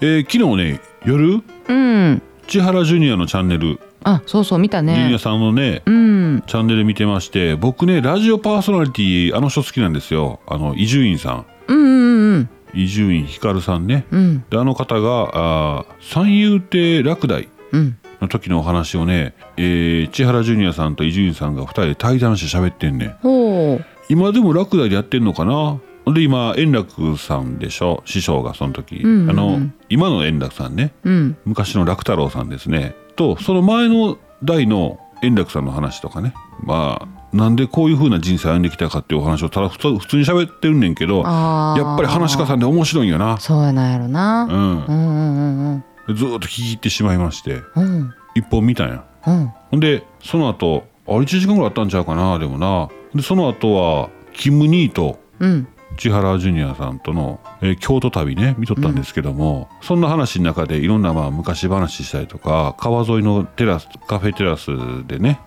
Speaker 1: えー昨日ね夜
Speaker 2: うん
Speaker 1: 千原ジュニアのチャンネル、
Speaker 2: あそうそう見た
Speaker 1: ジュニア
Speaker 2: ね
Speaker 1: さんのね
Speaker 2: うん
Speaker 1: チャンネル見てまして僕ねラジオパーソナリティあの人好きなんですよあの伊集院さん
Speaker 2: うんうん
Speaker 1: 伊集院光さんね
Speaker 2: うんうん
Speaker 1: であの方があー三遊亭落第
Speaker 2: うん
Speaker 1: の時のお話をね、えー千原ジュニアさんと伊集院さんが2人で対談して喋ってんねん
Speaker 2: ほう
Speaker 1: 今でも落第でやってんのかなで今円楽さんでしょ師匠がその時、
Speaker 2: んうんうん
Speaker 1: あの今の円楽さんね
Speaker 2: うん
Speaker 1: 昔の楽太郎さんですねとその前の代の円楽さんの話とかねまあなんでこういう風な人生歩んできたかっていうお話をただ普通普通に喋ってるねんけどやっ
Speaker 2: あー
Speaker 1: ぱり話し家さんで面白いんよな、
Speaker 2: そうやなんやろな
Speaker 1: うん
Speaker 2: う、んうん
Speaker 1: ずーっと聞き入ってしまいまして
Speaker 2: うんうんうん
Speaker 1: 一本見たんや
Speaker 2: うん
Speaker 1: ほんでその後あ1時間ぐらいあったんちゃうかなでもなでその後はキム・ニーと
Speaker 2: うん
Speaker 1: 千原ジュニアさんとの、えー京都旅ね見とったんですけども、そんな話の中でいろんなまあ昔話したりとか川沿いのテラスカフェテラスでね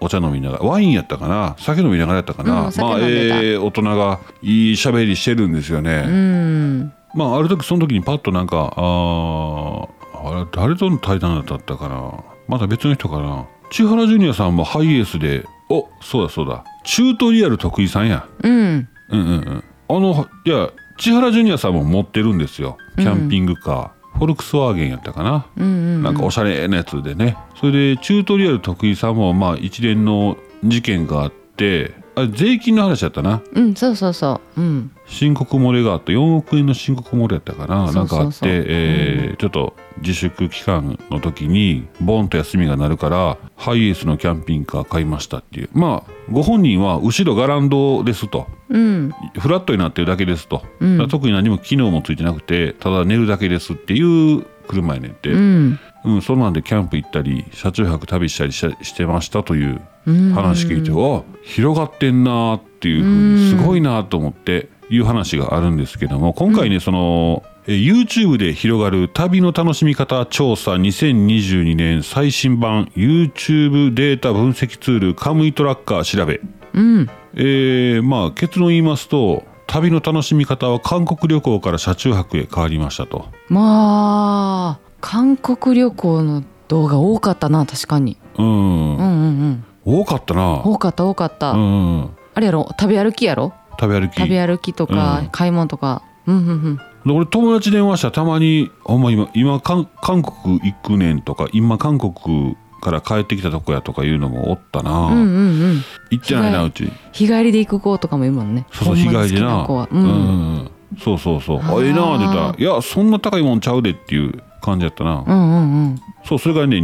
Speaker 1: お茶飲みながらワインやったかな酒飲みながらやったかな、
Speaker 2: うん酒
Speaker 1: まあ
Speaker 2: 飲んでた
Speaker 1: えー大人がいい喋りしてるんですよね。
Speaker 2: うん
Speaker 1: まあある時その時にパッとなんかあーあれ誰との対談だったかなまた別の人かな千原ジュニアさんもハイエースでおそうだそうだチュートリアル得意さんや
Speaker 2: うん
Speaker 1: うんうんうんあのいや千原ジュニアさんも持ってるんですよキャンピングカー、フォルクスワーゲンやったかな、
Speaker 2: うんうん
Speaker 1: なんかおしゃれなやつでねそれでチュートリアル徳井さんもまあ一連の事件があってあれ税金の話だったな
Speaker 2: うんそうそうそううん
Speaker 1: 申告漏れがあって4億円の申告漏れやったかな
Speaker 2: そうそうそう
Speaker 1: なんかあって、えーちょっと自粛期間の時にボンと休みがなるからハイエースのキャンピングカー買いましたっていうまあご本人は後ろガランドですと
Speaker 2: うん
Speaker 1: フラットになってるだけですと、
Speaker 2: うん
Speaker 1: だから特に何も機能もついてなくてただ寝るだけですっていう車やねんって、
Speaker 2: うん
Speaker 1: うん、そんなんでキャンプ行ったり車中泊旅したりししてましたという
Speaker 2: うん
Speaker 1: 話聞いて、あ広がってんなーっていうふうにすごいなーと思っていう話があるんですけども今回ねそのえ YouTube で広がる旅の楽しみ方調査2022年最新版 YouTube データ分析ツールカムイトラッカー調べ
Speaker 2: うん
Speaker 1: えーまあ結論言いますと旅の楽しみ方は韓国旅行から車中泊へ変わりましたと。
Speaker 2: まあ韓国旅行の動画多かったな確かに
Speaker 1: うん、
Speaker 2: うんうんうん
Speaker 1: 多かったな。
Speaker 2: 多かった多かった、
Speaker 1: うんうん、
Speaker 2: あれやろ食べ歩きやろ
Speaker 1: 食べ歩き
Speaker 2: 食べ歩きとか、
Speaker 1: うん
Speaker 2: 買い物とかうんうんうん
Speaker 1: で俺友達電話したらたまに「ほんま今今韓韓国行くねん」とか「今韓国から帰ってきたとこや」とかいうのもおったな、
Speaker 2: うんうんうん
Speaker 1: 行ってないなうち
Speaker 2: 日帰りで行く子とかもいるもんね
Speaker 1: そうそう日
Speaker 2: ほんまに
Speaker 1: 帰りでな
Speaker 2: 好き子は
Speaker 1: う
Speaker 2: うんん、
Speaker 1: うんうんそうそうそう「
Speaker 2: あー
Speaker 1: あええな」って言ったら「いやそんな高いもんちゃうで」っていう感じやったな、
Speaker 2: うんうんうん
Speaker 1: そうそれがね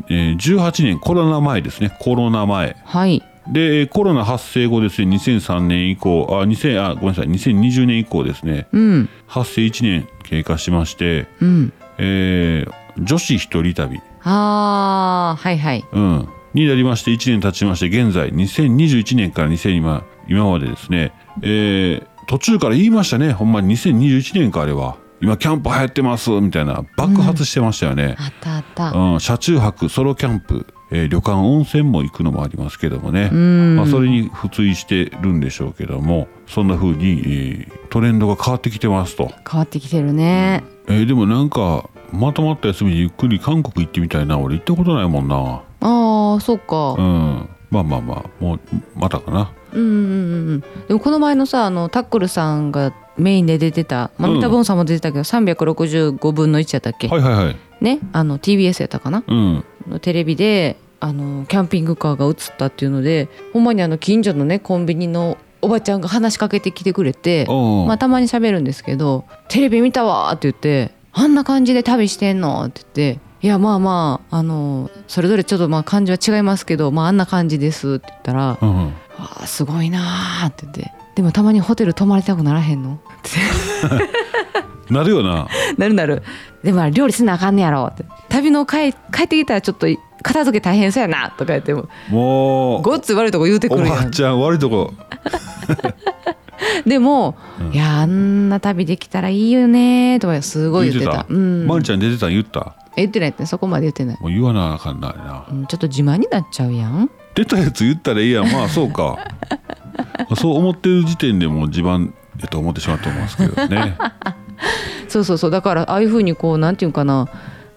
Speaker 1: 2018年コロナ前ですねコロナ前
Speaker 2: はい
Speaker 1: でコロナ発生後ですね2003年以降あ2000あごめんなさい2020年以降ですね
Speaker 2: うん
Speaker 1: 発生1年経過しまして
Speaker 2: うん
Speaker 1: えー女子一人旅、
Speaker 2: あーはいはい
Speaker 1: うん、になりまして1年経ちまして現在2021年から2000今今までですね、えー途中から言いましたねほんまに2021年かあれは今キャンプ流行ってますみたいな爆発してましたよね、
Speaker 2: あったあった
Speaker 1: うん車中泊ソロキャンプ、えー旅館温泉も行くのもありますけどもね、
Speaker 2: うん
Speaker 1: まあ、それに付随してるんでしょうけどもそんな風に、えートレンドが変わってきてますと。
Speaker 2: 変わってきてるね、
Speaker 1: えーでもなんかまとまった休みでゆっくり韓国行ってみたいな俺行ったことないもんな
Speaker 2: ああそっか
Speaker 1: うんまあまあまあもうまたかな
Speaker 2: うんうんうんうんでもこの前のさあのタックルさんがメインで出てた、ま
Speaker 1: う
Speaker 2: あ、
Speaker 1: ん
Speaker 2: 三田ボンさんも出てたけど、365分の1やったっけ、
Speaker 1: はいはいはい
Speaker 2: ねあの TBS やったかな
Speaker 1: うん
Speaker 2: のテレビであのキャンピングカーが映ったっていうのでほんまにあの近所のねコンビニのおばちゃんが話しかけてきてくれて、
Speaker 1: おう
Speaker 2: まあ、たまに喋るんですけど「テレビ見たわ」って言って「あんな感じで旅してんの?」って言って。いやまあまああのそれぞれちょっとまあ感じは違いますけどまああんな感じですって言ったら
Speaker 1: うんうん
Speaker 2: わあすごいなあって言ってでもたまにホテル泊まりたくならへんの
Speaker 1: なるよな
Speaker 2: なるなるでもあれ料理せなあかんねやろって旅の帰帰ってきたらちょっと片付け大変そうやなとか言っても
Speaker 1: もう
Speaker 2: ごっつ悪いとこ言うてく
Speaker 1: おば
Speaker 2: るや
Speaker 1: あ
Speaker 2: ん
Speaker 1: ちゃん悪いとこ
Speaker 2: でも、
Speaker 1: うん
Speaker 2: いやあんな旅できたらいいよねとかすごい
Speaker 1: 言っ
Speaker 2: 言っててた
Speaker 1: た
Speaker 2: うん
Speaker 1: まるちゃん出てたん言った
Speaker 2: 言ってないってそこまで言ってない、
Speaker 1: もう言わなあかんなあれな
Speaker 2: うん、ちょっと自慢になっちゃうやん
Speaker 1: 出たやつ言ったらいいやんまあそう かそう思ってる時点でもう自慢やと思ってしまうと思うんですけどね
Speaker 2: そうそうそうだからああいうふうにこうなんていうんかな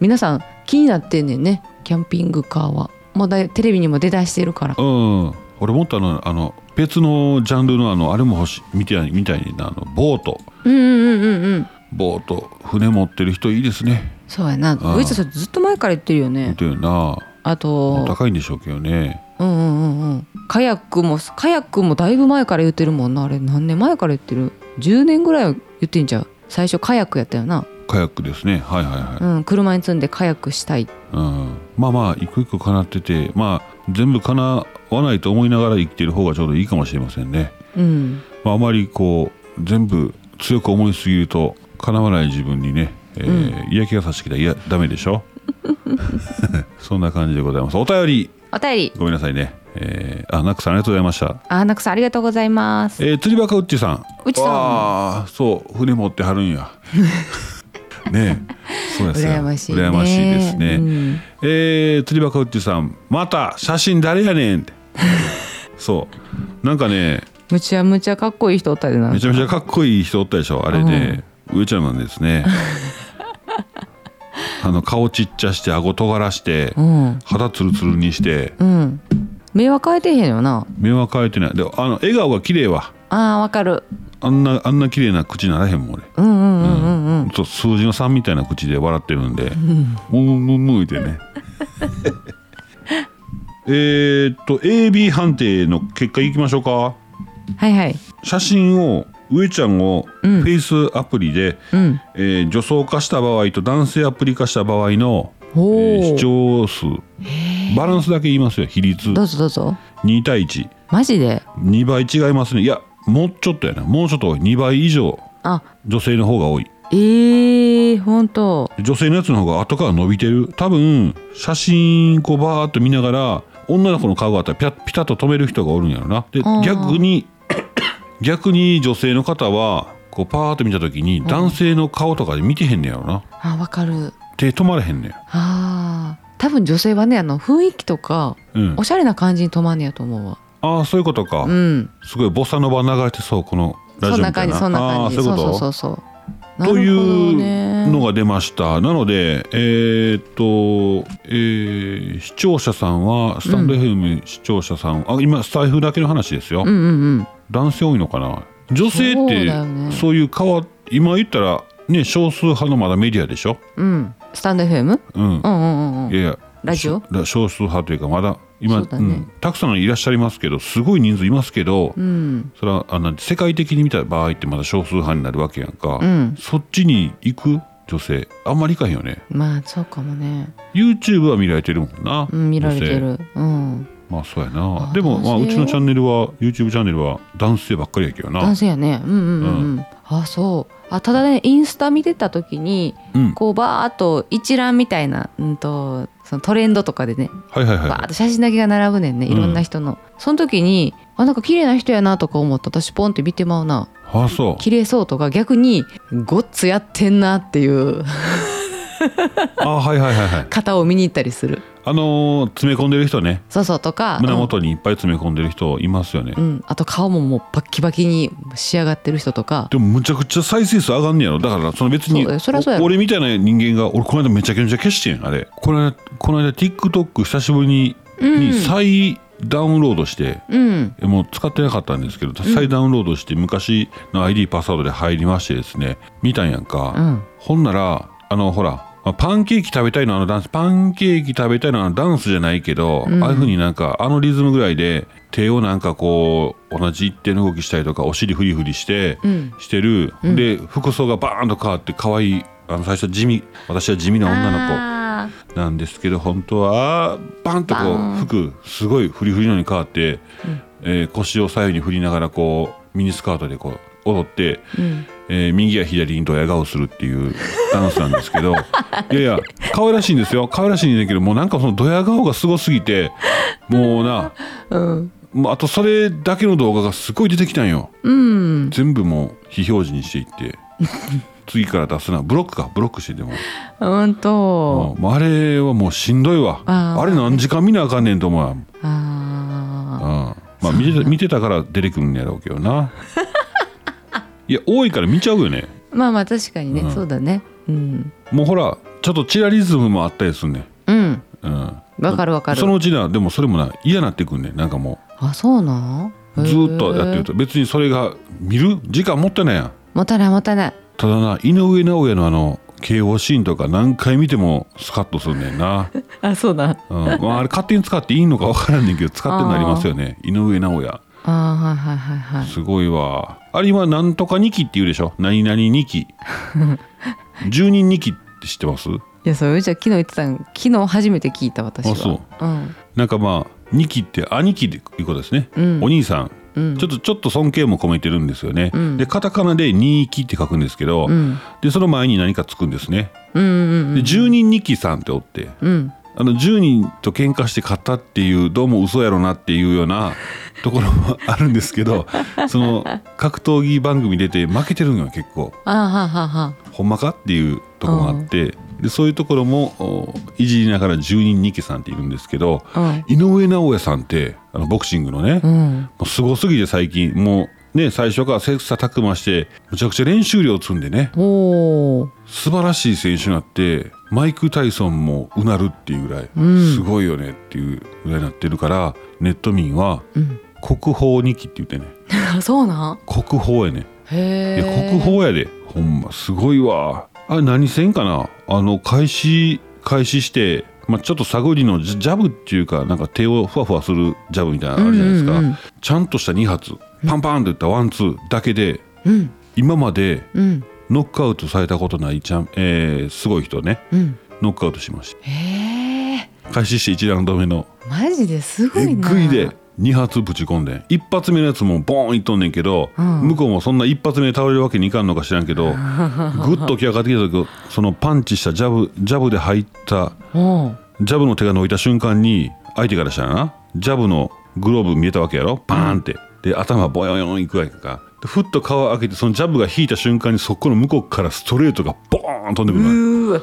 Speaker 2: 皆さん気になってんねんねキャンピングカーはもうだいテレビにも出だしてるから
Speaker 1: うん俺もっとあのあの別のジャンルのあのあれも欲しいみたいみたいになあのボート
Speaker 2: うんうんうんうんうん
Speaker 1: ボート船持ってる人いいですね。
Speaker 2: そうやな
Speaker 1: うん
Speaker 2: ウイツさんずっと前から言ってるよ
Speaker 1: 本
Speaker 2: ね
Speaker 1: 当よな。
Speaker 2: あと
Speaker 1: 高いんでしょうけどね。
Speaker 2: うんうんうんうんカヤックもカヤックもだいぶ前から言ってるもんなあれ何年前から言ってる10年ぐらいは言ってんじゃう最初カヤックやったよな、
Speaker 1: カヤックですね。はいはいは
Speaker 2: うん、車に積んでカヤックしたい
Speaker 1: い。うん。まあまあ一個一個叶ってて、まあ全部叶わないと思いながら生きてる方がちょうどいいかもしれませんね。
Speaker 2: うん
Speaker 1: まああまりこう全部強く思いすぎると叶わない自分にね、えー嫌気がさしてきたらいやダメでしょ。 そんな感じでございます。お便り
Speaker 2: お便り
Speaker 1: ごめんなさいね。えー、あナックさんありがとうございました。
Speaker 2: あーナクさんありがとうございます
Speaker 1: えー、釣りバカウッチさん
Speaker 2: ウッチさん
Speaker 1: ああそう船持ってはるん やねえそうですよ
Speaker 2: 羨ましいね
Speaker 1: 羨ましいですね、
Speaker 2: うん
Speaker 1: えー、釣りバカウッチさんまた写真誰やねんって そうなんかね
Speaker 2: むちゃむちゃかっこいい人おったでな
Speaker 1: めちゃめちゃかっこいい人おったでしょあれね、上ちゃんなんです ねあの顔ちっちゃして顎尖らして、
Speaker 2: うん
Speaker 1: 肌ツルツルにして
Speaker 2: うん目は変えてへんよな
Speaker 1: 目は変えてないであの笑顔が綺麗は
Speaker 2: あーわかる
Speaker 1: ああんなあんな綺麗な口ならへんもん俺
Speaker 2: うんうんうんうんうん
Speaker 1: そう数字の3みたいな口で笑ってるんで「むむむ」いてね えーっと AB 判定の結果いきましょうか
Speaker 2: はいはい
Speaker 1: 写真を上ちゃんをフェイスアプリで、
Speaker 2: うん
Speaker 1: えー女装化した場合と男性アプリ化した場合の、え
Speaker 2: ほう、
Speaker 1: ー視聴数バランスだけ言いますよ比率
Speaker 2: どうぞどうぞ
Speaker 1: 2対1
Speaker 2: マジで
Speaker 1: 2倍違いますねいやもうちょっとやなもうちょっと多い2倍以上
Speaker 2: あ
Speaker 1: 女性の方が多い
Speaker 2: ええー、本当
Speaker 1: 女性のやつの方が後から伸びてる多分写真こうバーっと見ながら女の子の顔があったらピャピタッと止める人がおるんやろなで
Speaker 2: あー
Speaker 1: 逆に 逆に女性の方はこうパーっと見た時に男性の顔とかで見てへんねやろな
Speaker 2: あわかる
Speaker 1: 手止まれへんねん
Speaker 2: あー多分女性はねあの雰囲気とか
Speaker 1: うん
Speaker 2: お、しゃれな感じに止まんねやと思うわ
Speaker 1: ああそういうことか、
Speaker 2: うん
Speaker 1: すごいボサノバ流れてそうこのラ
Speaker 2: そん
Speaker 1: ジオ
Speaker 2: な
Speaker 1: みたい
Speaker 2: 感
Speaker 1: な
Speaker 2: じそんな
Speaker 1: あ
Speaker 2: 感
Speaker 1: あ
Speaker 2: じ
Speaker 1: そういうこ
Speaker 2: そう
Speaker 1: と
Speaker 2: そうそうそうな
Speaker 1: とい
Speaker 2: るほど
Speaker 1: う
Speaker 2: ね
Speaker 1: のが出ましたなのでえーっと、えー視聴者さんはスタンド FM 視聴者さん、あ今財布だけの話ですよ、
Speaker 2: うんうんうん
Speaker 1: 男性多いのかな女性っ
Speaker 2: そう
Speaker 1: て
Speaker 2: だよね
Speaker 1: そういう変わ今言ったらね少数派のまだメディアでしょ
Speaker 2: うんスタンド FM
Speaker 1: うん
Speaker 2: う、んうんうんうん
Speaker 1: いやいや
Speaker 2: ラジオ
Speaker 1: しょ少数派というかまだ今
Speaker 2: そうだね
Speaker 1: ん、たくさんいらっしゃいますけどすごい人数いますけど、
Speaker 2: うん
Speaker 1: それはあの世界的に見た場合ってまだ少数派になるわけやんか、
Speaker 2: うん
Speaker 1: そっちに行く女性あんまりいかへんよね
Speaker 2: まあそうかもね YouTube
Speaker 1: YouTube は見られてるもんな、
Speaker 2: うん見られて
Speaker 1: 女性
Speaker 2: るうん
Speaker 1: まあそうや
Speaker 2: あ
Speaker 1: なでも、まあ、
Speaker 2: 男
Speaker 1: う
Speaker 2: 性
Speaker 1: ちのチャンネルは YouTube チャンネルは男性ばっかりやけどな
Speaker 2: 男性やねうんうんうんうん、あそうあただねインスタ見てた時に
Speaker 1: うん
Speaker 2: こうバーっと一覧みたいな、うん、とそのトレンドとかでね
Speaker 1: はいはいはい
Speaker 2: バーっと写真だけが並ぶねんねいろんな人の、その時にあなんか綺麗な人やなとか思った私ポンって見てまうな
Speaker 1: あそう
Speaker 2: 綺麗そうとか逆にごっつやってんなっていう
Speaker 1: あはいはいはいはい
Speaker 2: 方を見に行ったりする
Speaker 1: あのー詰め込んでる人ね
Speaker 2: そうそうとか
Speaker 1: 胸元にいっぱい詰め込んでる人いますよね、
Speaker 2: うん、うんあと顔ももうバッキバキに仕上がってる人とか
Speaker 1: でもむちゃくちゃ再生数上がんねやろだからその別に
Speaker 2: そうだよそりゃそうやろ
Speaker 1: お俺みたいな人間が俺この間めちゃくちゃ消してんあれこの間この間 TikTok 久しぶりに,、に再ダウンロードして
Speaker 2: うん
Speaker 1: もう使ってなかったんですけど再ダウンロードして昔の ID パスワードで入りましてですね見たんやんか、
Speaker 2: うん
Speaker 1: ほんならあのほらまあパンケーキ食べたいのあのダンスパンケーキ食べたいのあのダンスじゃないけど、ああいうふうになんかあのリズムぐらいで手をなんかこう同じ一定の動きしたりとかお尻フリフリして、
Speaker 2: うん
Speaker 1: してる、で服装がバーンと変わって可愛いあの最初地味私は地味な女の
Speaker 2: あ
Speaker 1: 子なんですけど本当はバンとこ
Speaker 2: バ
Speaker 1: う服すごいフリフリのに変わって、えー腰を左右に振りながらこうミニスカートでこう踊って、
Speaker 2: ーうん
Speaker 1: えー右や左にドヤ顔するっていう ダンスなんです けどいやいや可愛らしいんですよ可愛らしいんだけどもうなんかそのドヤ顔がすごすぎてもうな
Speaker 2: うん
Speaker 1: もうあとそれだけの動画がすごい出てきたんよ。
Speaker 2: うん
Speaker 1: 全部もう非表示にしていって 次から出すなブロックかブロックしてでも
Speaker 2: うんと
Speaker 1: うんもうあれはもうしんどいわ
Speaker 2: あ
Speaker 1: あ
Speaker 2: ー
Speaker 1: れ何時間見なあかんねんと思うわうん
Speaker 2: あ
Speaker 1: まあ見 てた見てたから出てくるんやろうけどないや多いから見ちゃうよね
Speaker 2: ーまあまあ確かにね、
Speaker 1: うん
Speaker 2: そうだねうん
Speaker 1: もうほらちょっとチラリズムもあったりすんねん
Speaker 2: うん
Speaker 1: うん
Speaker 2: わかるわかる
Speaker 1: そのうちなでもそれもな嫌なってくんねんなんかも
Speaker 2: あそうなん
Speaker 1: うずーっとやってると別にそれが見る時間もったいないやん
Speaker 2: もたないもたない
Speaker 1: ただな井上尚弥のあの KO シーンとか何回見てもスカッとするねんな、
Speaker 2: あそうだ
Speaker 1: うんまあ、あれ勝手に使っていいのか分からんねんけど使ってなりますよね井上尚弥
Speaker 2: あーはいはいはいはい
Speaker 1: すごいわあれ今なんとか2期って言うでしょ何々2期 10人2期って知ってます
Speaker 2: いやそれじゃあ昨日言ってたん昨日初めて聞いた私は、
Speaker 1: あそう
Speaker 2: ん、
Speaker 1: なんかまあ2期って兄貴っていうことですね、
Speaker 2: うん
Speaker 1: お兄さん、
Speaker 2: うん
Speaker 1: ちょっとちょっと尊敬も込めてるんですよね、
Speaker 2: うん
Speaker 1: でカタカナで「二期」って書くんですけど、
Speaker 2: うん
Speaker 1: でその前に何かつくんですね
Speaker 2: うんうん
Speaker 1: で10人2期さんっておって
Speaker 2: うんうん
Speaker 1: あの10人と喧嘩して勝ったっていうどうも嘘やろなっていうよう なところもあるんですけどその格闘技番組出て負けてるのよ結構
Speaker 2: あーはーはーは
Speaker 1: ほんまかっていうところがあって、でそういうところもおいじりながら10人2期さんっているんですけど
Speaker 2: ー
Speaker 1: 井上尚弥さんってあのボクシングのね、
Speaker 2: う
Speaker 1: も
Speaker 2: んうん
Speaker 1: うすごすぎて最近もうね最初から切磋琢磨してむちゃくちゃ練習量積んでね
Speaker 2: おお
Speaker 1: 素晴らしい選手になってマイク・タイソンもうなるっていうぐらい、
Speaker 2: ん
Speaker 1: すごいよねっていうぐらいになってるからネット民は
Speaker 2: うん
Speaker 1: 国宝2期って言ってね
Speaker 2: あそうなん
Speaker 1: 国宝やね
Speaker 2: へ
Speaker 1: い
Speaker 2: へえ
Speaker 1: や国
Speaker 2: へ
Speaker 1: 宝やでほんますごいわあれ何線かなあの開始開始して、まあ、ちょっと探りのジャジャブっていうかなんか手をふわふわするジャブみたいなのあるじゃないですか、
Speaker 2: うんうんうん
Speaker 1: ちゃんとした2発パンパンって打ったワンツーだけで、
Speaker 2: ん
Speaker 1: 今まで
Speaker 2: うん
Speaker 1: ノックアウトされたことないちゃん、えーすごい人ね
Speaker 2: うん
Speaker 1: ノックアウトしまし
Speaker 2: へえ
Speaker 1: た開始して1ラウンド目の
Speaker 2: マジですご
Speaker 1: え
Speaker 2: い
Speaker 1: っ
Speaker 2: な
Speaker 1: ぐいで2発ぶち込んでん一発目のやつもボーンいっとんねんけど、
Speaker 2: うん
Speaker 1: 向こうもそんな一発目で倒れるわけにいかんのか知らんけ どぐっと起き上がってきた時そのパンチしたジャブジャブで入った
Speaker 2: おう
Speaker 1: ジャブの手が伸びた瞬間に相手からしたらなジャブのグローブ見えたわけやろパーンってで頭ボヨヨンいくわけかでふっと顔を開けてそのジャブが引いた瞬間にそこの向こうからストレートがボーン飛んでくるのよ
Speaker 2: う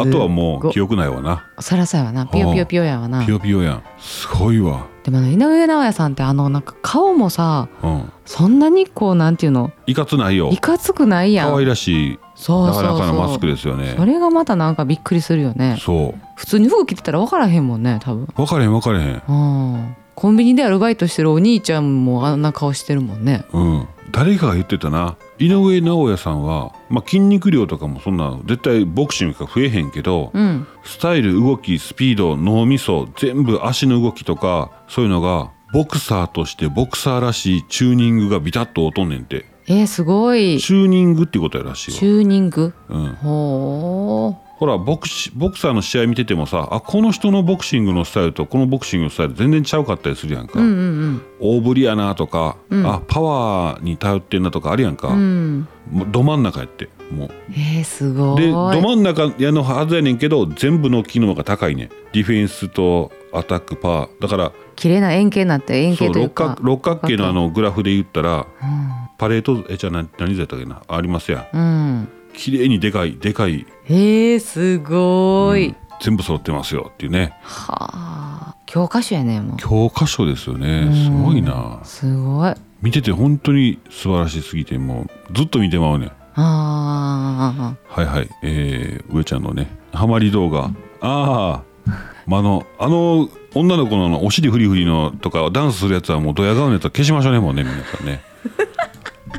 Speaker 1: あとはもう記
Speaker 2: 憶
Speaker 1: 憶ないわな
Speaker 2: そらそうやわなピヨピヨピヨやわな
Speaker 1: ピヨピヨやんすごいわ
Speaker 2: でもあの井上尚弥さんってあのなんか顔もさ
Speaker 1: うん
Speaker 2: そんなにこうなんていうの
Speaker 1: いかつないよ
Speaker 2: いかつくないやん
Speaker 1: 可愛らしい
Speaker 2: そう
Speaker 1: な
Speaker 2: そう
Speaker 1: か
Speaker 2: そ
Speaker 1: な
Speaker 2: う
Speaker 1: かなマスクですよね
Speaker 2: それがまたなんかびっくりするよね
Speaker 1: そう
Speaker 2: 普通に服着てたら分からへんもんね多分
Speaker 1: 分かれへん分かれへん
Speaker 2: うんコンビニでアルバイトしてるお兄ちゃんもあんな顔してるもんね
Speaker 1: うん誰かが言ってたな井上尚弥さんは、まあ、筋肉量とかもそんな絶対ボクシングが増えへんけど、
Speaker 2: うん
Speaker 1: スタイル動きスピード脳みそ全部足の動きとかそういうのがボクサーとしてボクサーらしいチューニングがビタッと劣んねんて
Speaker 2: えー、すごい
Speaker 1: チューニングっていうことやらし
Speaker 2: チ
Speaker 1: いわ、
Speaker 2: ューニング
Speaker 1: うん、
Speaker 2: ほ
Speaker 1: ほらボクシボクサーの試合見ててもさあこの人のボクシングのスタイルとこのボクシングのスタイル全然ちゃうかったりするやんか、
Speaker 2: ううんうん
Speaker 1: 大ぶりやなとか、あパワーに頼ってんなとかあるやんか、
Speaker 2: うんうん
Speaker 1: もうど真ん中やってもう
Speaker 2: えー、すごい
Speaker 1: でど真ん中やのはずやねんけど全部の機能が高いねんディフェンスとアタックパワーだから
Speaker 2: 綺麗な円形になって円
Speaker 1: そ
Speaker 2: 形
Speaker 1: う
Speaker 2: という
Speaker 1: 六
Speaker 2: か
Speaker 1: 角六角形のあのグラフで言ったら
Speaker 2: うん
Speaker 1: パレートえじゃあ何何図やったっけなありますやん
Speaker 2: うん
Speaker 1: 綺麗にでかいでかい、
Speaker 2: えー、すごい、
Speaker 1: うん全部揃ってますよっていうね
Speaker 2: はあ教科書やねもう
Speaker 1: 教科書ですよね
Speaker 2: うん
Speaker 1: すごいな
Speaker 2: すごい
Speaker 1: 見てて本当に素晴らしすぎてもうずっと見てまうねん
Speaker 2: あ
Speaker 1: はいはい、えー、上ちゃんのねハマり動画あー、まああのあの女の子のあのお尻フリフリのとかダンスするやつはもうドヤ顔のやつは消しましょうねもうね皆さんね
Speaker 2: あ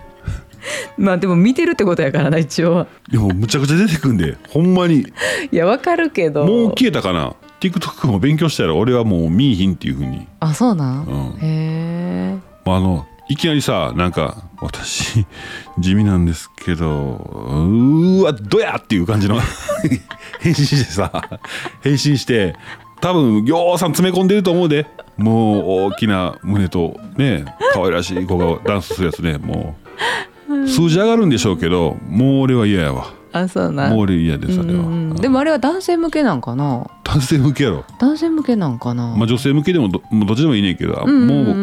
Speaker 2: まあでも見てるってことやからな一応はい
Speaker 1: やもうむちゃくちゃ出てくんでほんまに
Speaker 2: いやわかるけど
Speaker 1: もう消えたかな TikTok も勉強したら俺はもう見いひんっていうふうに、
Speaker 2: あそうなん、
Speaker 1: うん
Speaker 2: へえ
Speaker 1: まあ、あのいきなりさなんか私 地味なんですけどうーわどやっていう感じの 返信してさ返信して多分ぎょうさん詰め込んでると思うでもう大きな胸とね可愛らしい子がダンスするやつねもう数字上がるんでしょうけどもう俺は嫌やわ
Speaker 2: あそうな
Speaker 1: もうん俺嫌ですあれは、
Speaker 2: うんでもあれは男性向けなんかな
Speaker 1: 男性向けやろ
Speaker 2: 男性向けなんかな、
Speaker 1: まあ、女性向けでもどもうどっちでもいいねんけど、あ
Speaker 2: んうん
Speaker 1: もう、
Speaker 2: うん
Speaker 1: う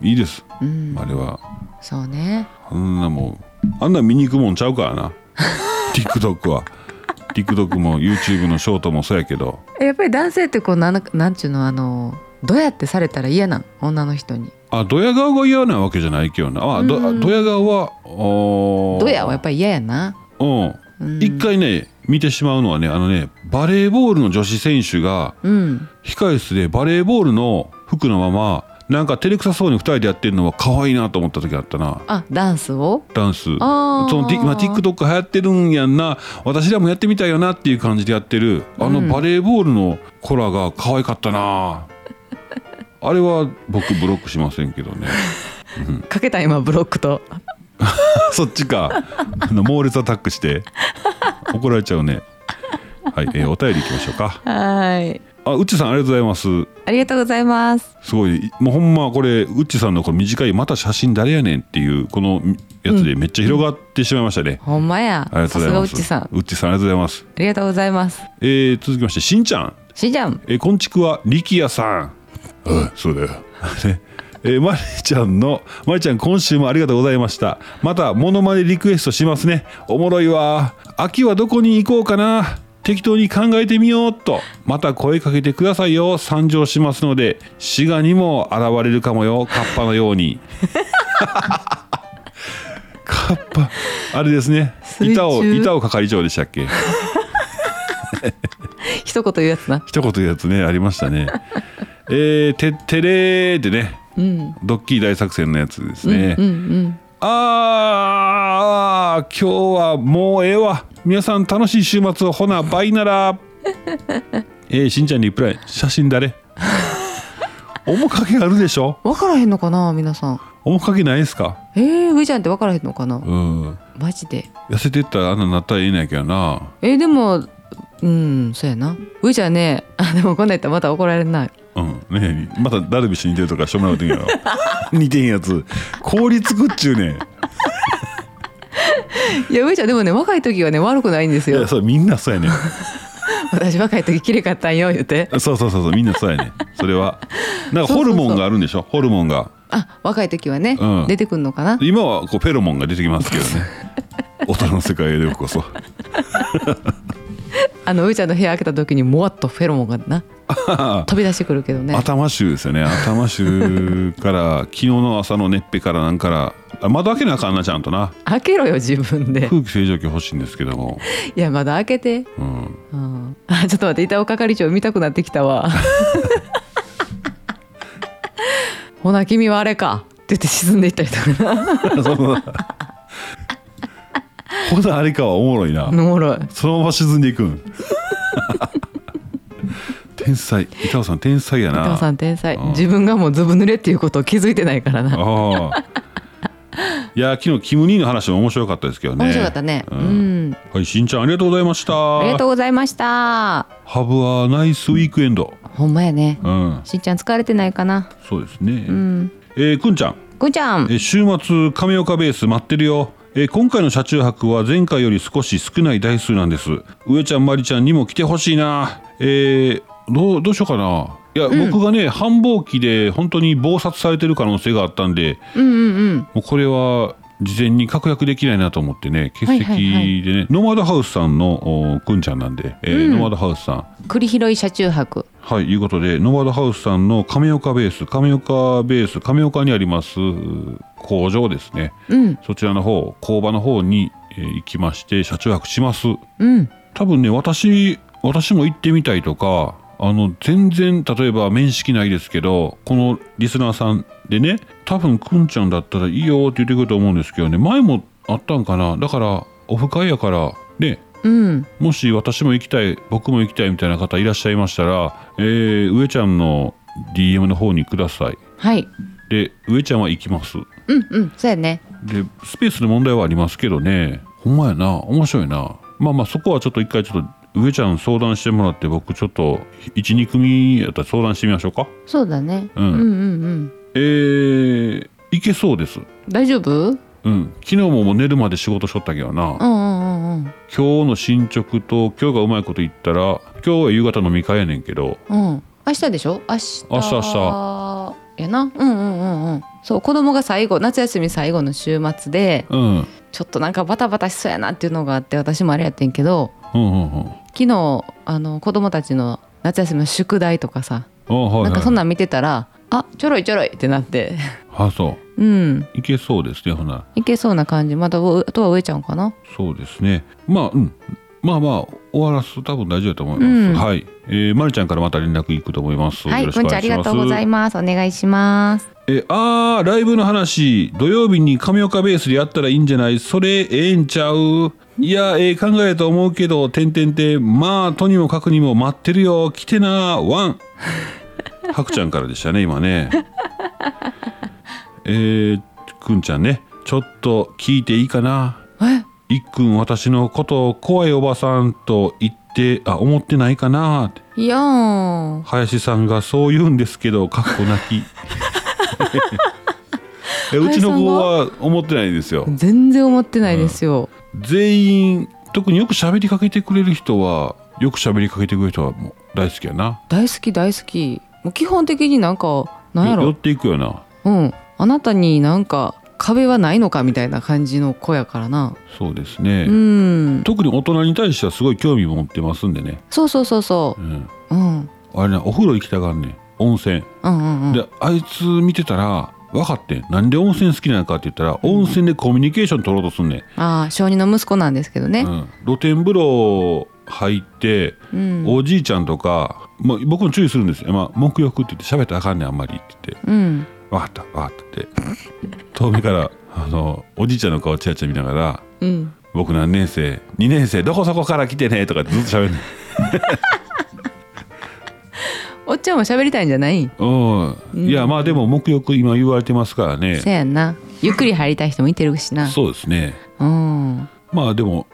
Speaker 1: ん、いいです、
Speaker 2: うん
Speaker 1: あれは
Speaker 2: そうね
Speaker 1: あんなもうあんな見に行くもんちゃうから な TikTok は TikTok も YouTube のショートもそうやけど
Speaker 2: えやっぱり男性ってこうなんなんちゅうのあのどうやってされたら嫌なん女の人に
Speaker 1: あドヤ顔が嫌なわけじゃないけどなあど
Speaker 2: うん
Speaker 1: ドヤ顔はおー
Speaker 2: どうやはやっぱり嫌やな
Speaker 1: う
Speaker 2: うん
Speaker 1: ん一回ね見てしまうのはねあのねバレーボールの女子選手が
Speaker 2: うん
Speaker 1: 控え室でバレーボールの服のままなんか照れくさそうに二人でやってるのは可愛いなと思った時あったな
Speaker 2: あダンスを
Speaker 1: ダンスそ
Speaker 2: あー
Speaker 1: のティ今 TikTok 流行ってるんやんな私らもやってみたいよなっていう感じでやってるあの
Speaker 2: うん
Speaker 1: バレーボールの子らが可愛かったな、あれは僕ブロックしませんけどね
Speaker 2: かけた今ブロックと
Speaker 1: そっちかあの猛烈アタックして怒られちゃうねはい、えーお便りいきましょうか
Speaker 2: はい
Speaker 1: あうっちさんありがとうございます
Speaker 2: ありがとうございます
Speaker 1: すごいもうほんまこれうっちさんのこの短いまた写真誰やねんっていうこのやつでめっちゃ広がってしまいましたね、
Speaker 2: ほんまや
Speaker 1: ありがと
Speaker 2: さ
Speaker 1: うござい
Speaker 2: すがう
Speaker 1: ま
Speaker 2: っ
Speaker 1: す
Speaker 2: ちさん
Speaker 1: うっちさんありがとうございます
Speaker 2: ありがとうございます
Speaker 1: えー続きましてしんちゃん、
Speaker 2: しんちゃん
Speaker 1: えー、こんちくは力也さんうんそうだよえー、まりちゃんのまりちゃん今週もありがとうございましたまたモノマネリクエストしますねおもろいわ秋はどこに行こうかな適当に考えてみようっとまた声かけてくださいよ参上しますので滋賀にも現れるかもよカッパのよう にカッパあれですね
Speaker 2: 水
Speaker 1: 板を
Speaker 2: 中
Speaker 1: 板を係長でしたっけ
Speaker 2: 一言言うやつな
Speaker 1: 一言言うやつねありましたね えー、てってれーってね、ドッキリ大作戦のやつですね、
Speaker 2: うん
Speaker 1: あー今日はもうええわ皆さん楽しい週末をほなバイな らえー、しんちゃんリプライ写真誰面影あるでしょ
Speaker 2: 分からへんのかな皆さん
Speaker 1: 面影ないですか
Speaker 2: えー、上ちゃんって分からへんのかな
Speaker 1: うん
Speaker 2: マジで
Speaker 1: 痩せてったらあんなになったらええんやけどな
Speaker 2: えーでもうんそうやな上ちゃんねあでもこんなんやったらまた怒られるな
Speaker 1: うんねえまたダルビッシュ似てるとかしょうもないこと言 うやろ似てんやつ凍りつくっちゅうねん
Speaker 2: いや上ちゃんでもね若い時はね悪くないんです
Speaker 1: いや
Speaker 2: よ
Speaker 1: それみんなそうやねん
Speaker 2: 私若い時綺麗かったんよ言うて
Speaker 1: そうそうそうそうみんなそうやねそれはなんかホルモンがあるんでしょホルモンが
Speaker 2: あ若い時はね、
Speaker 1: うん
Speaker 2: 出てくんのかな
Speaker 1: 今はこうフェロモンが出てきますけど ね大人の世界へようこそ
Speaker 2: あの上ちゃんの部屋開けた時にもわっとフェロモンが な飛び出してくるけどね
Speaker 1: 頭臭ですよね頭臭から昨日の朝のねっぺからなんからあ窓開けなあかんなちゃんとな
Speaker 2: 開けろよ自分で
Speaker 1: 空気清浄機欲しいんですけども、
Speaker 2: いやまだ開けて、
Speaker 1: うん、
Speaker 2: うん、あちょっと待って板尾係長見たくなってきたわほな君はあれかって言って沈んでいったりとか
Speaker 1: そんなほなあれかはおもろいな
Speaker 2: おもろい
Speaker 1: そのまま沈んでいくん 天才板尾さん天才やな
Speaker 2: お父さん天才
Speaker 1: うん
Speaker 2: 自分がもうずぶ濡れっていうことを気づいてないからな
Speaker 1: ああ。いや、昨日キム・ニーの話も面白かったですけどね。
Speaker 2: 面白かったね
Speaker 1: うん
Speaker 2: うん
Speaker 1: はい、しんちゃん、ありがとうございました。
Speaker 2: ありがとうございました
Speaker 1: ハブはナイスウィークエンド。
Speaker 2: ほんまやね
Speaker 1: うん、
Speaker 2: しんちゃん疲れてないかな
Speaker 1: そうですね。
Speaker 2: うん
Speaker 1: えーくんちゃん、
Speaker 2: くんちゃん
Speaker 1: えー週末、亀岡ベース待ってるよ。えー今回の車中泊は前回より少し少ない台数なんです。上ちゃん、まりちゃんにも来てほしいな。えーどう、どうしようかな。いや、僕がね、繁忙期で本当に忙殺されてる可能性があったんで、
Speaker 2: うんうんうん
Speaker 1: もうこれは事前に確約できないなと思ってね欠席でね、
Speaker 2: はいはい
Speaker 1: ノマドハウスさんのおくんちゃんなんで、えーノマドハウスさん
Speaker 2: 栗拾い車中泊
Speaker 1: はいいうことでノマドハウスさんの亀岡ベース亀岡ベース亀岡にありますう工場ですね
Speaker 2: うん
Speaker 1: そちらの方工場の方に、えー行きまして車中泊します
Speaker 2: うん
Speaker 1: 多分ね私私も行ってみたいとかあの全然例えば面識ないですけどこのリスナーさんでね多分くんちゃんだったらいいよって言ってくると思うんですけどね前もあったんかなだからオフ会やからね
Speaker 2: うん
Speaker 1: もし私も行きたい僕も行きたいみたいな方いらっしゃいましたら、えー、上ちゃんの DM の方にください
Speaker 2: はい
Speaker 1: で上ちゃんは行きます
Speaker 2: うんうんそうやね
Speaker 1: でスペースの問題はありますけどねほんまやな面白いなまあまあそこはちょっと一回ちょっと上ちゃん相談してもらって僕ちょっと12組やったら相談してみましょうか
Speaker 2: そうだね、
Speaker 1: うん
Speaker 2: うんうんうん
Speaker 1: えー、いけそうです
Speaker 2: 大丈夫うん
Speaker 1: うん昨日ももう寝るまで仕事しとったけどな
Speaker 2: うんうんうん
Speaker 1: 今日の進捗と今日がうまいこと言ったら今日は夕方飲み会やねんけど
Speaker 2: うん明日でしょ明日
Speaker 1: 明日明
Speaker 2: やなうんうんうんうんそう子供が最後夏休み最後の週末で
Speaker 1: うんうん
Speaker 2: ちょっとなんかバタバタしそうやなっていうのがあって私もあれやってんけど
Speaker 1: うんうん
Speaker 2: 昨日あの子供たちの夏休みの宿題とかさ
Speaker 1: あはい、はい、
Speaker 2: なんかそんなん見てたらあちょろいちょろいってなって
Speaker 1: あそ
Speaker 2: うん
Speaker 1: ういけそうですねほない
Speaker 2: けそうな感じまたうあとは上ちゃんかな
Speaker 1: そうですね。まあ、うん。まあまあ、終わらすと多分大丈夫だと思います。
Speaker 2: うん
Speaker 1: はい。えー、まるちゃんからまた連絡いくと思います。
Speaker 2: はい
Speaker 1: よろし
Speaker 2: こ
Speaker 1: く
Speaker 2: ん
Speaker 1: お
Speaker 2: にちは
Speaker 1: 願
Speaker 2: あ
Speaker 1: いしま
Speaker 2: りが
Speaker 1: す。
Speaker 2: とうございますお願いします
Speaker 1: え、あー、ライブの話、土曜日に亀岡ベースでやったらいいんじゃないそれ、ええんちゃういや、ええ考えやと思うけど、てんてんてん、まあ、とにもかくにも待ってるよ、来てな、ワン。はくちゃんからでしたね、今ね。 えー、くんちゃんね、ちょっと聞いていいかな
Speaker 2: え
Speaker 1: いっくん私のことを怖いおばさんと言ってあ思ってないかなって
Speaker 2: いやーん
Speaker 1: 林さんがそう言うんですけどかっこな きえうちの子は思ってないんですよ
Speaker 2: 全然思ってないですよ、
Speaker 1: 全員特によく喋りかけてくれる人はよく喋りかけてくれる人はもう大好きやな
Speaker 2: 大好き大好きもう基本的になんかなんや
Speaker 1: よ寄
Speaker 2: ろ
Speaker 1: っていくよな
Speaker 2: うんあなたになんか壁はないのかみたいな感じの子やからな
Speaker 1: そうですね、
Speaker 2: うん
Speaker 1: 特に大人に対してはすごい興味持ってますんでね、
Speaker 2: そうそうそうそ
Speaker 1: うん、
Speaker 2: ううん
Speaker 1: あれねお風呂行きたがんねん温泉
Speaker 2: うんうんうん
Speaker 1: であいつ見てたら分かってんなんで温泉好きなのかって言ったら温泉でコミュニケーション取ろうとすんね
Speaker 2: ああ小児の息子なんですけど
Speaker 1: ん、
Speaker 2: ね
Speaker 1: う、ん、露天風呂入って、
Speaker 2: うん、
Speaker 1: おじいちゃんとか、まあ、僕も注意するんですよ、まあ、沐浴って言って喋ったらあかんねんあんまりって言って
Speaker 2: うん
Speaker 1: わかったわかった」 って遠目からあのおじいちゃんの顔ちらちら見ながら
Speaker 2: うん
Speaker 1: 「僕何年生2年生どこそこから来てね」とかずっと 喋る
Speaker 2: おっちゃんも喋りたいんじゃない
Speaker 1: うん、
Speaker 2: ん
Speaker 1: いやまあでも目浴今言われてますからね
Speaker 2: せやんなゆっくり入りたい人もいてるしな
Speaker 1: そうですね
Speaker 2: うん
Speaker 1: まあで も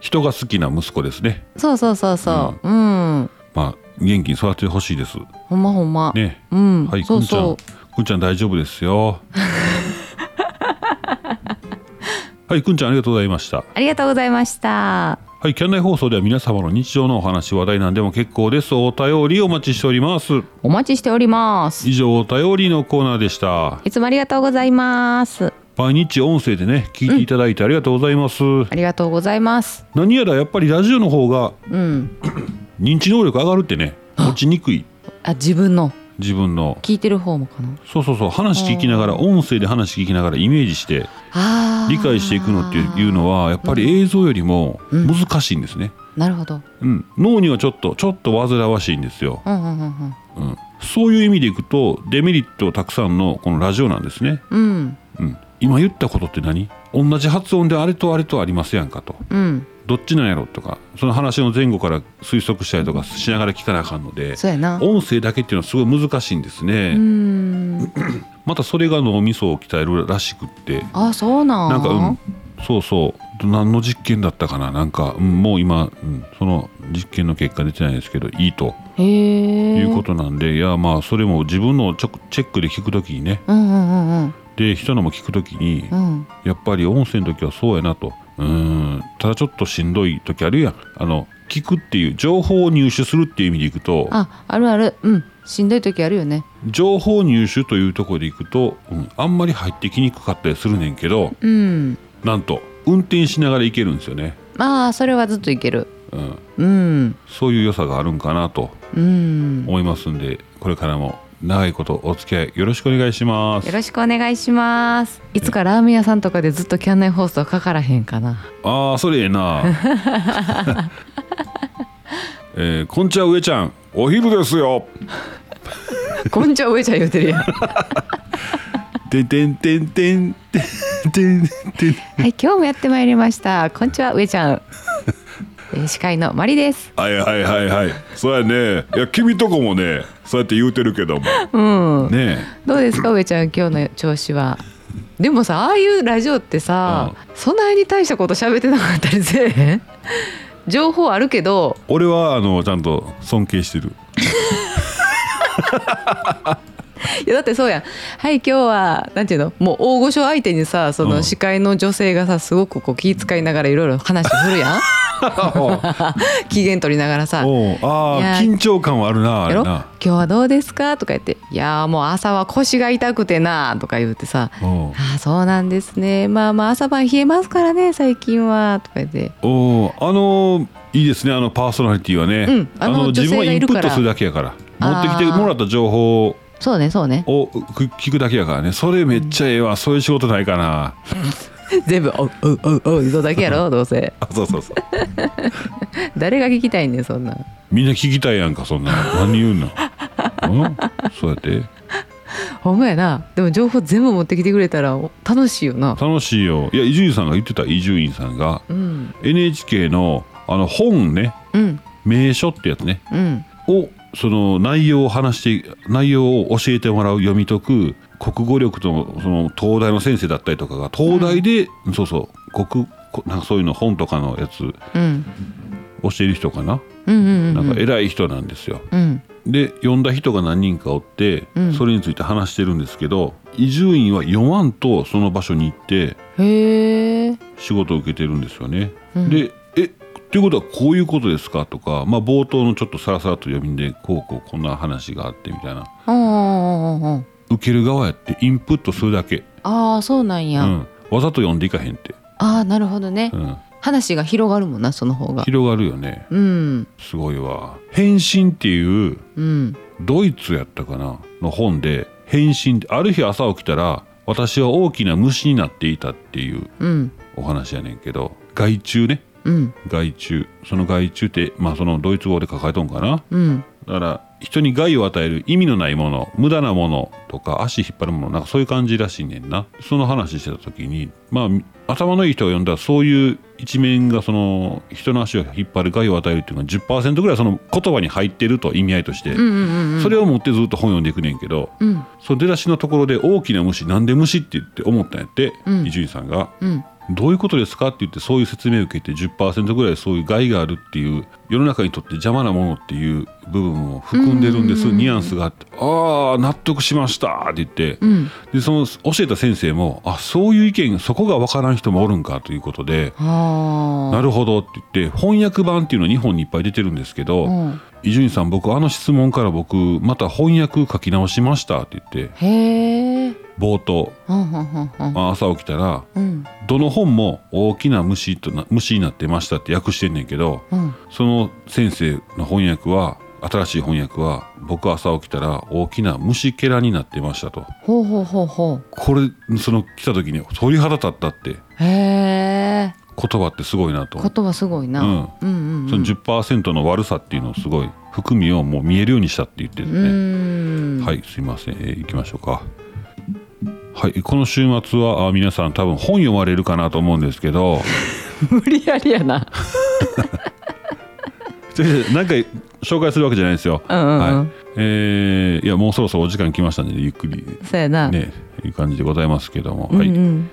Speaker 1: 人が好きな息子ですね
Speaker 2: そうそうそうそううん、
Speaker 1: まあ元気に育ててほしいです
Speaker 2: ほんまほんま、
Speaker 1: ね
Speaker 2: うん、
Speaker 1: はい
Speaker 2: そうそ
Speaker 1: くんちゃんくんちゃん大丈夫です よはいくんちゃんありがとうございました
Speaker 2: うありがとうございました
Speaker 1: はいキャンナイ放送では皆様の日常のお話話題なんでも結構ですお便りお待ちしております
Speaker 2: お待ちしております
Speaker 1: 以上お便りのコーナーでした
Speaker 2: いつもありがとうございます
Speaker 1: 毎日音声でね聞いていただいてありがとうございます、
Speaker 2: ありがとうございます
Speaker 1: 何やらやっぱりラジオの方が
Speaker 2: うん
Speaker 1: 認知能力上がるってね持ちにくい
Speaker 2: あ自分の
Speaker 1: 自分の
Speaker 2: 聞いてる方もかな
Speaker 1: そうそうそう話聞きながら音声で話聞きながらイメージして
Speaker 2: あー
Speaker 1: 理解していくのっていうのはやっぱり映像よりも難しいんですね、
Speaker 2: なるほど
Speaker 1: うん、脳にはちょっとちょっと煩わしいんですよ、
Speaker 2: うんうんうん
Speaker 1: うん、そういう意味でいくとデメリットたくさんのこのラジオなんですね、
Speaker 2: うん
Speaker 1: うん、今言ったことって何同じ発音であれとあれとありますやんかと
Speaker 2: うんうん
Speaker 1: どっちなんやろとかその話の前後から推測したりとかしながら聞かなあかんので
Speaker 2: そうやな
Speaker 1: 音声だけっていうのはすごい難しいんですね、
Speaker 2: うん
Speaker 1: またそれが脳みそを鍛えるらしくって
Speaker 2: あそうなん
Speaker 1: なんかうんそうそう何の実験だったかななんか、うんもう今、うんその実験の結果出てないですけどいいと
Speaker 2: へえ
Speaker 1: いうことなんで、いやまあそれも自分のチェックチェックで聞くときにね
Speaker 2: うんうんうん
Speaker 1: で人のも聞くときに、
Speaker 2: うんうん
Speaker 1: やっぱり音声の時はそうやなとうーんただちょっとしんどい時あるやんあの聞くっていう情報を入手するっていう意味でいくと
Speaker 2: ああるあるうんしんどい時あるよね
Speaker 1: 情報入手というところでいくと、うん、あんまり入ってきにくかったりするねんけど
Speaker 2: うん
Speaker 1: なんと運転しながら行けるんですよね、
Speaker 2: まあそれはずっといける
Speaker 1: うん、
Speaker 2: うん
Speaker 1: そういう良さがあるんかなと
Speaker 2: うん
Speaker 1: 思いますんでこれからも長いことお付き合いよろしくお願いします
Speaker 2: よろしくお願いしますいつかラーメン屋さんとかでずっとキャンナイ放送かからへんかな
Speaker 1: ああそれええなえー、こんちは上ちゃんお昼ですよ
Speaker 2: こんちゃ上ちゃん言うてるやん は
Speaker 1: てんてんてんてんてんてんてん
Speaker 2: い今日もやってまいりましたこんちは上ちゃん、えー司会のマリです
Speaker 1: はいはいはいはいそうやねいや君とこもねそうやって言うてるけども
Speaker 2: うん
Speaker 1: ね
Speaker 2: どうですか上ちゃん今日の調子はでもさああいうラジオってさ、そんなに大したこと喋ってなかったりせえへん情報あるけど
Speaker 1: 俺はあのちゃんと尊敬してる
Speaker 2: いやだってそうやんはい今日はなんていうのもう大御所相手にさそうの
Speaker 1: ん
Speaker 2: 司会の女性がさすごくこう気遣いながらいろいろ話をす るやん機嫌取りながらさ
Speaker 1: おう
Speaker 2: いや
Speaker 1: あー緊張感はあるなあ
Speaker 2: や
Speaker 1: れ
Speaker 2: ろ
Speaker 1: な
Speaker 2: 今日はどうですか?」とか言って「いやーもう朝は腰が痛くてな」とか言ってさ「
Speaker 1: おう
Speaker 2: ああそうなんですねまあまあ朝晩冷えますからね最近は」とか言って
Speaker 1: おうあのーいいですねあのパーソナリティはね、
Speaker 2: うんあの女
Speaker 1: 自
Speaker 2: 性
Speaker 1: 分
Speaker 2: が
Speaker 1: はいイ
Speaker 2: る
Speaker 1: ン
Speaker 2: か
Speaker 1: プッ
Speaker 2: ら
Speaker 1: トするだけやから
Speaker 2: あー
Speaker 1: 持ってきてもらった情報
Speaker 2: 「そうねそうね
Speaker 1: をく聞くだけやからねそれめっちゃええわ、そういう仕事ないか な
Speaker 2: 全部おうおうおうおう言うとだ けやろどうせ
Speaker 1: あそうそうそう
Speaker 2: 誰が聞きたいねんそんなん
Speaker 1: みんな聞きたいやんかそんなの何言うのうんそうやって
Speaker 2: ほんまやなでも情報全部持ってきてくれたらお楽しいよな
Speaker 1: 楽しいよいや伊集院さんが言ってた伊集院さんが
Speaker 2: うん
Speaker 1: NHK のあの本ね
Speaker 2: うん
Speaker 1: 名所ってやつね
Speaker 2: うん
Speaker 1: をその内容を話して内容を教えてもらう読み解く国語力のその東大の先生だったりとかが東大で、そうそう国こなんかそういうの本とかのやつ
Speaker 2: うん
Speaker 1: 教える人かな、
Speaker 2: うんうんうん
Speaker 1: なんか偉い人なんですよ。
Speaker 2: うん
Speaker 1: で読んだ人が何人かおって、
Speaker 2: うん
Speaker 1: それについて話してるんですけど伊集院は読まんとその場所に行って
Speaker 2: へえ
Speaker 1: 仕事を受けてるんですよね。
Speaker 2: うん
Speaker 1: でえっていうことはこういうことですかとか、まあ、冒頭のちょっとさらさらっと読みでこうこうこんな話があってみたいな
Speaker 2: あー
Speaker 1: 受ける側やってインプットするだけ、
Speaker 2: あーそうなん
Speaker 1: う
Speaker 2: や、
Speaker 1: ん、わざと読んでいかへんって、
Speaker 2: ああなるほどね、
Speaker 1: うん、
Speaker 2: 話が広がるもんなその方が
Speaker 1: 広がるよね
Speaker 2: うん
Speaker 1: すごいわ「変身」っていう
Speaker 2: うん
Speaker 1: ドイツやったかなの本で「変身」ってある日朝起きたら私は大きな虫になっていたっていう
Speaker 2: うん
Speaker 1: お話やねんけど害虫ね
Speaker 2: うん
Speaker 1: 害虫その害虫ってまあそのドイツ語で抱えとんかな
Speaker 2: うん
Speaker 1: だから人に害を与える意味のないもの無駄なものとか足引っ張るものなんかそういう感じらしいねんなその話してた時にまあ頭のいい人が読んだらそういう一面がその人の足を引っ張る害を与えるっていうのが10%ぐらいその言葉に入ってると意味合いとして、
Speaker 2: うんうんうんうん
Speaker 1: それを持ってずっと本読んでいくねんけど、
Speaker 2: うん
Speaker 1: その出だしのところで大きな虫なんで虫って言って思ったんやって
Speaker 2: うん
Speaker 1: 伊集院さんが。
Speaker 2: うん
Speaker 1: どういうことですかって言ってそういう説明を受けて10%ぐらいそういう害があるっていう世の中にとって邪魔なものっていう部分を含んでるんですニュアンスがあって「ああ納得しました」って言って、
Speaker 2: うん
Speaker 1: でその教えた先生も「あそういう意見そこがわからん人もおるんか」ということで「
Speaker 2: あ
Speaker 1: なるほど」って言って翻訳版っていうの日本にいっぱい出てるんですけど、
Speaker 2: あ
Speaker 1: 伊集院さん僕あの質問から僕また翻訳書き直しましたって言って
Speaker 2: へえ
Speaker 1: 冒頭
Speaker 2: うんうんうんうん
Speaker 1: あ朝起きたら
Speaker 2: うん
Speaker 1: どの本も大きな虫とな虫になってましたって訳してんねんけど
Speaker 2: うん
Speaker 1: その先生の翻訳は新しい翻訳は僕朝起きたら大きな虫けらになってましたと
Speaker 2: ほうほうほうほ
Speaker 1: これその来た時に鳥肌立ったって
Speaker 2: うへえ
Speaker 1: 言葉ってすごいなと思って
Speaker 2: 言葉すごいな、
Speaker 1: うん
Speaker 2: うんうんうん
Speaker 1: その10%の悪さっていうのをすごい含みをもう見えるようにしたって言ってる
Speaker 2: う
Speaker 1: ね。
Speaker 2: ーん
Speaker 1: はい、すいません、えー行きましょうか。はい、この週末はあ皆さん多分本読まれるかなと思うんですけど
Speaker 2: 無理やりやな
Speaker 1: 先生なんか紹介するわけじゃないですよ。
Speaker 2: うんうんうん
Speaker 1: はいえーいやもうそろそろお時間来ましたんで、ゆっくり
Speaker 2: そうやな、
Speaker 1: ねいう感じでございますけども、
Speaker 2: うん
Speaker 1: は
Speaker 2: う
Speaker 1: い、
Speaker 2: ん、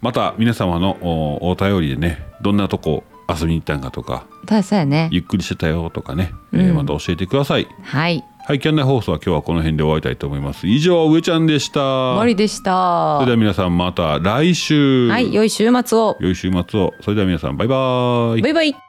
Speaker 1: また皆様のおお便りでねどんなとこ遊びに行ったんかとか
Speaker 2: はい、そうやね
Speaker 1: ゆっくりしてたよとかね、えー
Speaker 2: うん
Speaker 1: また教えてください。
Speaker 2: はい
Speaker 1: はい、キャンナイ放送は今日はこの辺で終わりたいと思います。以上上ちゃんでした。
Speaker 2: 終わりでした
Speaker 1: それでは
Speaker 2: は
Speaker 1: 皆さんまた来週。
Speaker 2: い良い週末を
Speaker 1: 良い週末を。それでは皆さん、バイバーイ。
Speaker 2: バイバイ